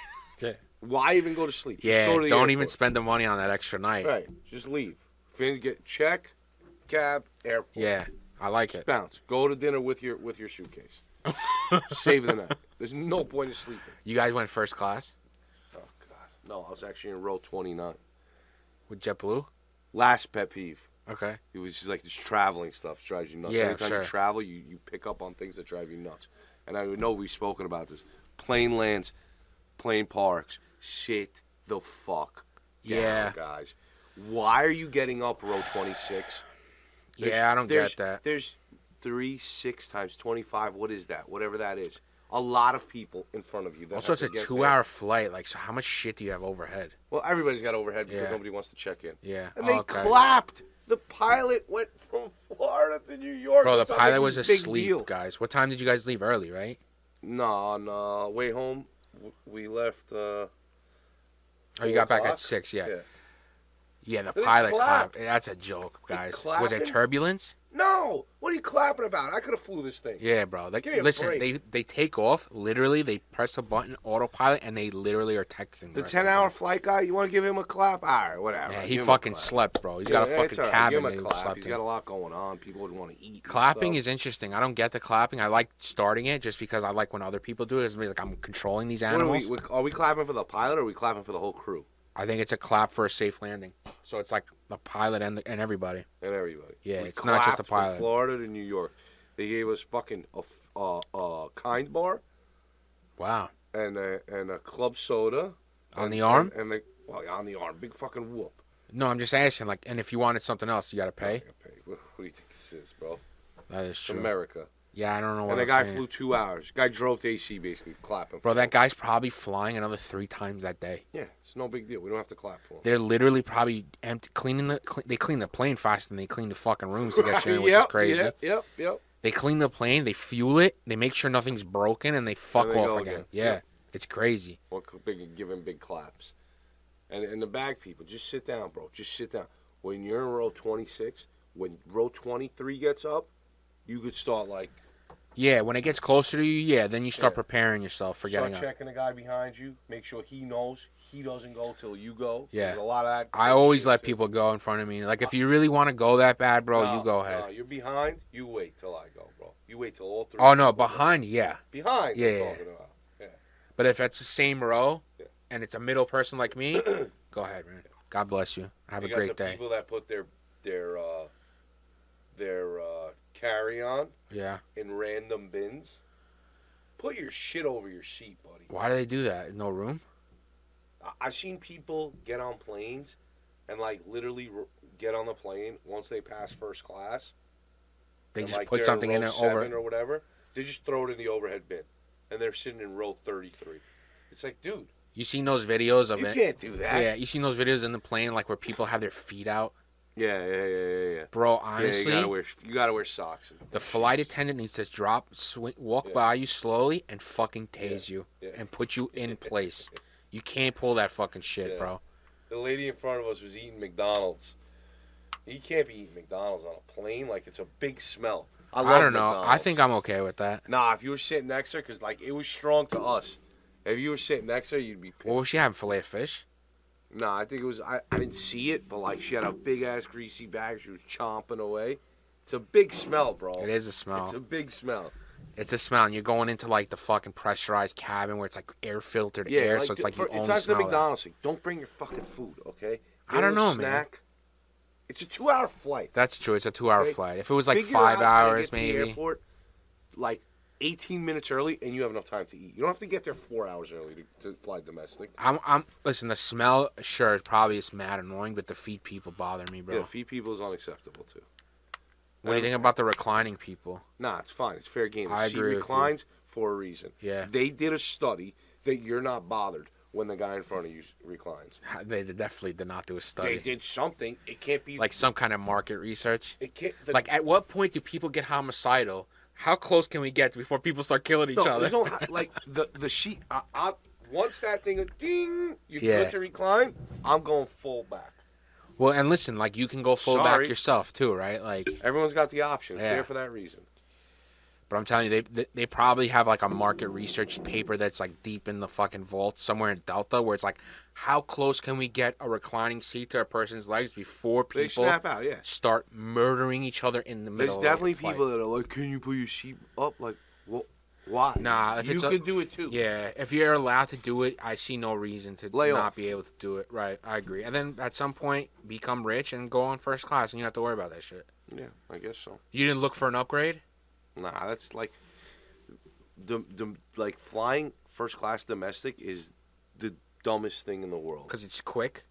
B: Why even go to sleep? Just
A: Yeah,
B: go to the
A: don't even
B: airport.
A: spend the money on that extra night.
B: Right. Just leave. Fin get check, cab, airport.
A: Yeah, I like it.
B: Bounce. Go to dinner with your with your suitcase. Save the night. There's no point in sleeping.
A: You guys went first class
B: Oh God. No, I was actually in row 29.
A: with JetBlue.
B: Last pet peeve.
A: Okay.
B: It was just like this traveling stuff drives you nuts.
A: Yeah,
B: Every time
A: sure.
B: you travel, you, you pick up on things that drive you nuts. And I know we've spoken about this. Plane lands, plane parks. Sit the fuck down,
A: Yeah.
B: guys. Why are you getting up row 26? There's-
A: yeah, I don't
B: there's-
A: get that.
B: There's three, six times 25. What is that? Whatever that is. A lot of people in front of you. That
A: Also,
B: have
A: it's a
B: to get there.
A: two-hour flight. Like, so how much shit do you have overhead?
B: Well, everybody's got overhead because
A: Yeah.
B: nobody wants to check in.
A: Yeah.
B: And
A: Oh,
B: they
A: okay.
B: clapped. The pilot went from Florida to New York.
A: Bro, the
B: It's not like
A: pilot
B: a
A: was
B: big
A: asleep,
B: deal.
A: guys. What time did you guys leave? Early, right?
B: No, on uh, way home, w- we left. Uh,
A: Oh, you
B: Four
A: got back at
B: o'clock?
A: six. Yeah. Yeah,
B: Yeah.
A: the
B: They
A: pilot clapped.
B: clapped.
A: That's a joke, guys. Was it
B: clapping?
A: turbulence?
B: no, what are you clapping about? I could have flew this thing.
A: Yeah, bro. Like,
B: Give me a
A: listen,
B: break.
A: they they take off. Literally, they press a button, autopilot, and they literally are texting.
B: The
A: rest of
B: ten-hour
A: time.
B: flight guy, you want to give him a clap? All right, whatever.
A: Yeah,
B: Give
A: he
B: him a
A: fucking
B: clap.
A: slept, bro. He's
B: Yeah,
A: got a
B: it's
A: fucking
B: all right.
A: cabin.
B: Give
A: that
B: him
A: he
B: a clap.
A: slept
B: He's
A: in.
B: got a lot going on. People would want to eat. and
A: Clapping
B: stuff.
A: is interesting. I don't get the clapping. I like starting it just because I like when other people do it. It's like I'm controlling these
B: What are
A: animals.
B: we, we- are we clapping for the pilot or are we clapping for the whole crew
A: I think it's a clap for a safe landing. So it's like the pilot and the, and everybody.
B: and everybody?
A: Yeah,
B: We
A: it's not just
B: clapped
A: the
B: from
A: pilot.
B: Florida to New York, they gave us fucking a f- uh, uh, kind bar
A: Wow.
B: and a, and a club soda
A: On
B: and-
A: the arm?
B: and, and the
D: Well, on the arm, big fucking whoop.
A: No, I'm just asking. Like, and if you wanted something else, you got to pay.
D: I pay.
B: What do you think this is, bro?
A: That is true.
B: America.
A: Yeah, I don't know what
B: And the
A: I'm
B: guy
A: saying.
B: flew two hours. Guy drove to AC basically clapping.
A: Bro, that guy's probably flying another three times that day.
B: Yeah, it's no big deal. We don't have to clap for him.
A: They're literally probably empty, cleaning the. Cle- they clean the plane faster than they clean the fucking rooms to get you in, which is
B: Yep,
A: crazy.
B: Yep, yep, yep.
A: They clean the plane, they fuel it, they make sure nothing's broken, and they fuck
B: And they
A: off
B: go
A: again.
B: again.
A: Yeah,
B: Yep.
A: it's crazy.
B: Or c- big, give him big claps. And and the bag people, just sit down, bro. Just sit down. When you're in row 26, when row 23 gets up, you could start like
A: Yeah, when it gets closer to you, yeah, then you start
B: Yeah.
A: preparing yourself for
B: start
A: getting up.
B: checking the guy behind you. Make sure he knows he doesn't go till you go.
A: Yeah.
B: There's a lot of that.
A: I always let people go in front of me. Like, if you really want to go that bad, bro,
B: No,
A: you go ahead.
B: No, you're behind. You wait till I go, bro. You wait till all three.
A: oh no, behind, yeah.
B: behind.
A: Yeah,
B: I'm
A: yeah,
B: talking about.
A: But if it's the same row,
B: Yeah.
A: and it's a middle person like me, go ahead, man. God bless you. Have
B: You
A: a
B: got
A: great
B: the
A: day.
B: People that put their their uh, their uh, carry on
A: Yeah.
B: in random bins. Put your shit over your seat, buddy.
A: Why do they do that? No room?
B: I- I've seen people get on planes and like literally r- get on the plane once they pass first class.
A: They
B: and,
A: just
B: like,
A: put
B: they're
A: something in
B: row
A: there
B: seven
A: over.
B: or whatever. They just throw it in the overhead bin, and they're sitting in row thirty three. It's like, dude,
A: You seen those videos of
B: you
A: it?
B: can't do that.
A: Yeah, you seen those videos in the plane like where people have their feet out?
B: yeah, yeah, yeah, yeah. yeah.
A: Bro,
B: yeah,
A: honestly,
B: you gotta wear you gotta wear socks. And
A: the flight attendant needs to drop, swing, walk
B: Yeah.
A: by you slowly and fucking tase you
B: yeah.
A: and put you in place. You can't pull that fucking shit,
B: Yeah.
A: bro.
B: the lady in front of us was eating McDonald's. You can't be eating McDonald's on a plane. Like it's a big smell. I, love
A: I don't know. I
B: McDonald's.
A: think I'm okay with that.
B: nah. If you were sitting next to her, because like it was strong to us. If you were sitting next to her, you'd be pissed.
A: What was she having? Filet of fish?
B: nah, I think it was. I, I didn't see it, but like she had a big ass greasy bag. She was chomping away. It's a big smell, bro.
A: It is a smell.
B: Oh, It's a big smell.
A: It's a smell, and you're going into like the fucking pressurized cabin where it's like air filtered
B: Yeah,
A: air, so it's
B: the-
A: like you
B: for-
A: only
B: it's not
A: smell
B: the
A: that.
B: McDonald's thing. Don't bring your fucking food, okay?
A: I don't
B: a little
A: know, man.
B: It's a two-hour flight.
A: That's true. It's a two-hour
B: Okay,
A: flight. If it was like
B: Figure
A: five
B: out how to
A: hours,
B: get to the
A: maybe.
B: airport, like 18 minutes early, and you have enough time to eat. You don't have to get there four hours early to, to fly domestic.
A: I'm, I'm. Listen, the smell, sure, it probably is mad annoying, but the feet people bother me, bro.
B: Yeah, feed people is unacceptable too.
A: what do you think about the reclining people?
B: Nah, it's fine. It's fair game. The
A: I
B: seat
A: agree with you.
B: reclines for a reason.
A: Yeah.
B: They did a study that you're not bothered when the guy in front of you s- reclines.
A: They definitely did not do a
B: They
A: study,
B: did something. It can't be
A: like some kind of market research.
B: it can't the,
A: Like, at what point do people get homicidal? How close can we get before people start killing each
B: no,
A: other?
B: there's no hi- like the the sheet. I, I, once that thing goes ding, you
A: Yeah.
B: good to recline. I'm going full back.
A: well, and listen, like you can go full back
B: Sorry.
A: yourself too, right? Like,
B: Everyone's got the option. It's
A: Yeah.
B: there for that reason.
A: But I'm telling you, they they probably have like a market research paper that's like deep in the fucking vault somewhere in Delta, where it's like, how close can we get a reclining seat to a person's legs before
B: They
A: people
B: snap out. Yeah.
A: start murdering each other in the
B: There's
A: middle? of the
B: definitely
A: flight?
B: people that are like, "Can you put your sheet up?" Like, well, why?
A: Nah, if
B: you
A: it's a-
B: could do it too.
A: Yeah, if you're allowed to do it, I see no reason to
B: Lay
A: not
B: off.
A: be able to do it. Right, I agree. And then at some point, become rich and go on first class, and you don't have to worry about that shit.
B: Yeah, I guess so.
A: You didn't look for an upgrade.
B: Nah, that's like, the, the like flying first class domestic is the dumbest thing in the world.
A: Because it's quick,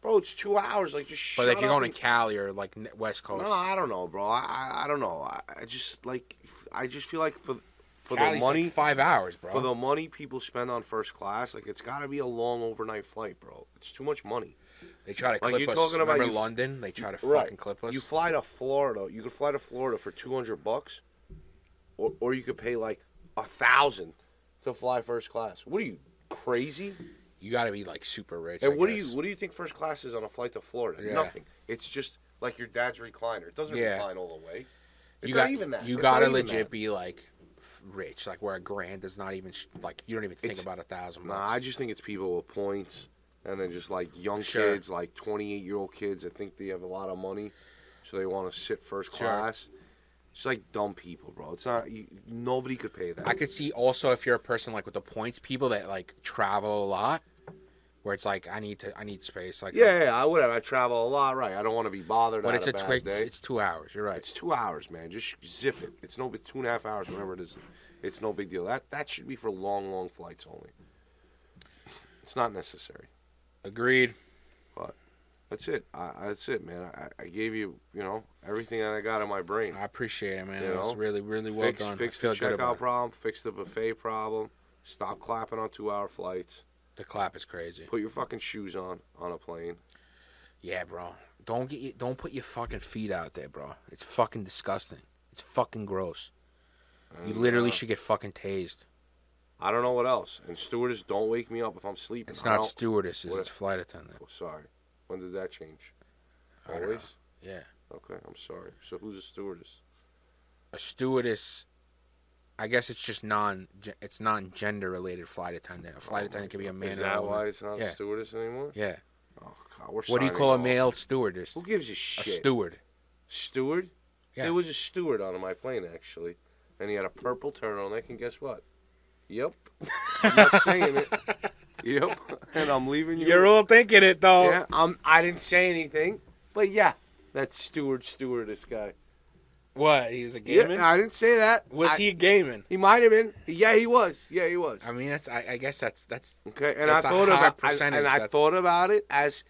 B: Bro, it's two hours. Like, just
A: but
B: shut
A: if you're
B: up
A: going
B: and-
A: to Cali or like n- West Coast,
B: No, I don't know, bro. I I, I don't know. I, I just like I just feel like for for
A: Cali's
B: the
A: like
B: money
A: five hours, bro.
B: for the money people spend on first class, like it's got to be a long overnight flight, bro. It's too much money.
A: They try to
B: Like,
A: clip
B: you're
A: us.
B: talking about
A: Remember
B: you-
A: London? They try to
B: Right.
A: fucking clip us.
B: You fly to Florida. You could fly to Florida for two hundred bucks, or or you could pay like a thousand to fly first class. What are you crazy?
A: You got to be like super rich.
B: And
A: I
B: what do
A: guess.
B: you what do you think first class is on a flight to Florida?
A: Yeah.
B: Nothing. It's just like your dad's recliner. It doesn't
A: Yeah.
B: recline all the way. It's
A: You
B: not
A: got-
B: even that.
A: You
B: It's
A: gotta
B: not even
A: legit
B: that.
A: be like f- rich, like where a grand is not even sh- like you don't even think
B: It's-
A: about a thousand.
B: Nah,
A: bucks.
B: I just think it's people with points, and then just like young
A: Sure.
B: kids, like twenty-eight year old kids that think they have a lot of money, so they want to sit first
A: Sure.
B: class. It's like dumb people, bro. It's not you, nobody could pay that.
A: I could see also if you're a person like with the points, people that like travel a lot, where it's like I need to, I need space. Like
B: yeah, yeah, I would have. I travel a lot, right? I don't want to be bothered.
A: but
B: on
A: it's a
B: bad
A: twig.
B: day.
A: It's two hours. You're right.
B: It's two hours, man. Just zip it. It's no big two and a half hours, whatever it is. It's no big deal. That that should be for long, long flights only. It's not necessary.
A: Agreed.
B: That's it. I, that's it, man. I, I gave you, you know, everything that I got in my brain.
A: I appreciate it, man.
B: You
A: it was
B: know,
A: really, really well
B: fix
A: done.
B: fix
A: I
B: the
A: feel good about
B: checkout
A: it.
B: problem. Fix the buffet problem. Stop clapping on two-hour flights.
A: The clap is crazy.
B: Put your fucking shoes on on a plane.
A: Yeah, bro. Don't get your, don't put your fucking feet out there, bro. It's fucking disgusting. It's fucking gross. You
B: And,
A: literally
B: uh,
A: should get fucking tased.
B: I don't know what else. And stewardess, don't wake me up if I'm sleeping.
A: It's
B: I
A: not
B: don't-
A: stewardesses.
B: what
A: It's
B: if-
A: flight attendant.
B: Oh, sorry. When did that change?
A: I don't know.
B: Always.
A: Yeah.
B: Okay, I'm sorry. So who's a stewardess?
A: A stewardess. I guess it's just non. It's non gender related flight attendant. A flight
B: Oh my
A: attendant could be a man
B: Is
A: or a
B: that
A: woman.
B: why it's not
A: Yeah.
B: a stewardess anymore?
A: Yeah.
B: Oh God, we're
A: What do you
B: signing
A: call a
B: off.
A: male stewardess?
B: Who gives a
A: A
B: shit?
A: steward.
B: steward?
A: Yeah.
B: There was a steward on my plane actually, and he had a purple turtleneck, and guess what? Yep. I'm not saying it. Yep. And I'm leaving you.
A: all thinking it though.
B: Yeah. I'm. I didn't say anything, but yeah, that steward stewardess guy.
A: What? He was a
B: Yeah,
A: gayman.
B: I didn't say that.
A: was
B: I-
A: he a gayman?
B: He might have been. Yeah, he was. Yeah, he was.
A: I mean, that's. I, I guess that's that's
B: Okay, and
A: That's
B: I
A: a
B: thought
A: high
B: about I-
A: percentage
B: and I
A: that-
B: thought about it as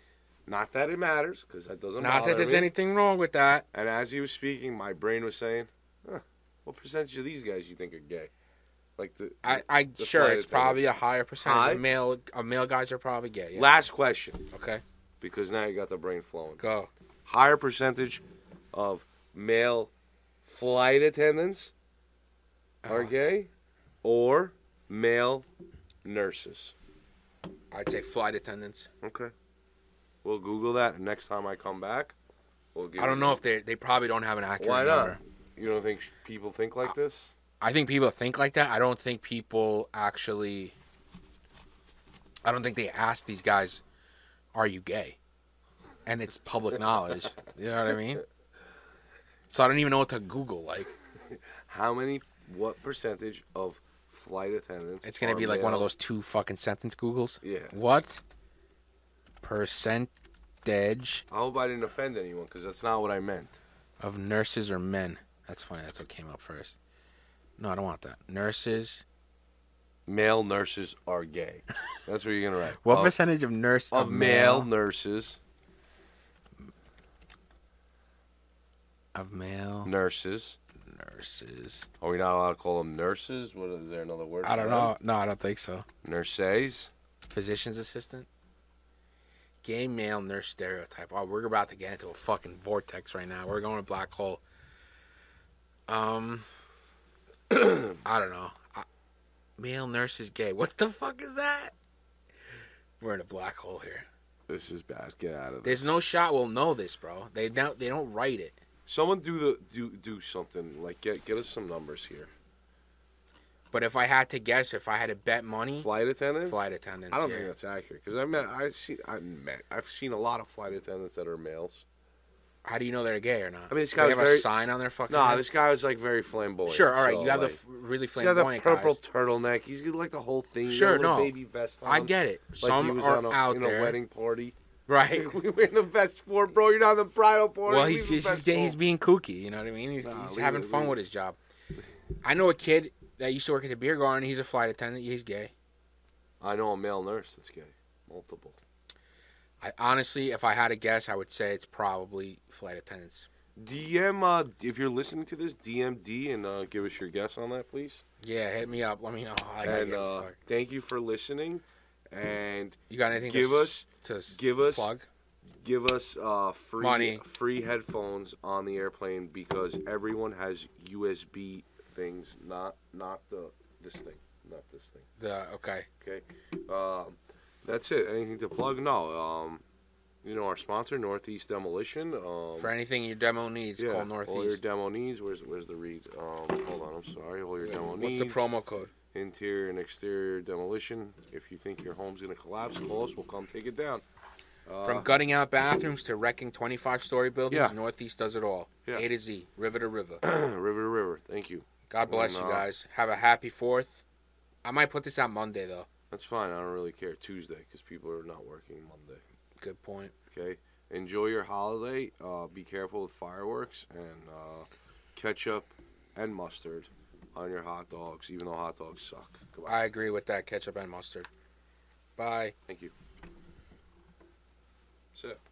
B: not that it matters because that doesn't
A: not
B: bother
A: that there's
B: me.
A: anything wrong with that.
B: And as he was speaking, my brain was saying, huh, "What percentage of these guys you think are gay?" Like the
A: I, I
B: The
A: sure
B: flight
A: it's probably a
B: attendants.
A: higher percentage.
B: High?
A: of Male, uh, male guys are probably gay. Yeah.
B: last question
A: okay,
B: because now you got the brain flowing.
A: go.
B: Higher percentage of male flight attendants are
A: Uh,
B: gay, or male nurses.
A: I'd say flight attendants.
B: Okay, we'll Google that, and next time I come back, we'll give.
A: I don't
B: you-
A: know if they they probably don't have an accurate
B: Why not?
A: number.
B: You don't think sh- people think like this?
A: I think people think like that. I don't think people actually. I don't think they ask these guys, "Are you gay?" And it's public knowledge. You know what I mean? So I don't even know what to Google. Like
B: How many? What percentage of flight attendants?
A: it's gonna
B: are
A: be like one of
B: male?
A: those two fucking sentence Googles.
B: Yeah.
A: What percentage
B: I hope I didn't offend anyone because that's not what I meant.
A: of nurses are men? That's funny. That's what came up first. No, I don't want that. Nurses.
B: Male nurses are gay. That's what you're gonna write.
A: What
B: Of-
A: percentage of nurse
B: of male nurses?
A: of male
B: Nurses.
A: nurses?
B: Are we not allowed to call them nurses? What is there another word?
A: I
B: for
A: don't
B: them?
A: know. No, I don't think so.
B: Nurses.
A: Physician's assistant. Gay male nurse stereotype. Oh, we're about to get into a fucking vortex right now. We're going to black hole. Um, I don't know. I, male nurse is gay. What the fuck is that? We're in a black hole here.
B: This is bad. Get out of this.
A: There's no shot we'll know this, bro. They don't. They don't write it.
B: Someone do the do do something. Like get get us some numbers here.
A: But if I had to guess, if I had to bet money,
B: Flight attendants.
A: flight attendants.
B: I don't
A: yeah.
B: think that's accurate because I met I've seen I met I've seen a lot of flight attendants that are males.
A: How do you know they're gay or not?
B: I mean, this
A: Do
B: guy
A: they
B: was
A: have
B: very-
A: a sign on their fucking.
B: Nah,
A: head?
B: this guy was like very flamboyant.
A: Sure, all right.
B: so,
A: you have
B: like,
A: the f- really
B: He's got the
A: flamboyant
B: purple
A: guys.
B: turtleneck. He's got like the whole thing. He's got
A: Sure,
B: a little
A: no.
B: baby vest. On.
A: I get it.
B: Like he
A: Some
B: was
A: are
B: on a,
A: out
B: in
A: there,
B: a wedding party.
A: right?
B: We're in a vest for bro. You're not on the bridal party.
A: Well, he's
B: Leave the
A: he's, he's,
B: vest
A: get-
B: for.
A: he's being kooky. You know what I mean? He's,
B: Nah,
A: he's
B: leave
A: having
B: it,
A: fun
B: leave
A: with his job. I know a kid that used to work at the beer garden. He's a flight attendant. He's gay.
B: I know a male nurse that's gay. Multiple.
A: I, honestly, if I had to guess, I would say it's probably flight attendants.
B: DM uh, if you're listening to this, DMD and uh, give us your guess on that, please.
A: Yeah, hit me up. Let me know. I gotta
B: and
A: get
B: uh,
A: fuck.
B: thank you for listening. And
A: You got anything?
B: give
A: to, s-
B: us
A: to s-
B: give us
A: plug.
B: give us uh, free
A: Money.
B: free headphones on the airplane because everyone has USB things, not not the this thing, not this thing.
A: The okay.
B: Okay, um, that's it. Anything to plug? No. Um, you know our sponsor, Northeast Demolition. Um,
A: For anything your demo needs,
B: yeah,
A: call
B: All your
A: Northeast.
B: demo needs. Where's where's the read? Um, hold on. I'm sorry. All your demo
A: What's
B: needs.
A: the promo code?
B: Interior and exterior demolition. If you think your home's gonna collapse, call us. We'll come take it down. Uh,
A: From gutting out bathrooms to wrecking 25 story buildings,
B: Yeah.
A: Northeast does it all.
B: Yeah.
A: A to Z, river to river.
B: Uh, river to river. Thank you.
A: God bless you
B: no.
A: guys. Have a happy fourth. I might put this out Monday, though.
B: That's fine. I don't really care. Tuesday, because people are not working Monday.
A: Good point.
B: Okay. Enjoy your holiday. Uh, be careful with fireworks and uh, ketchup and mustard on your hot dogs, even though hot dogs suck. Goodbye.
A: I agree with that ketchup and mustard. Bye.
B: Thank you. That's it.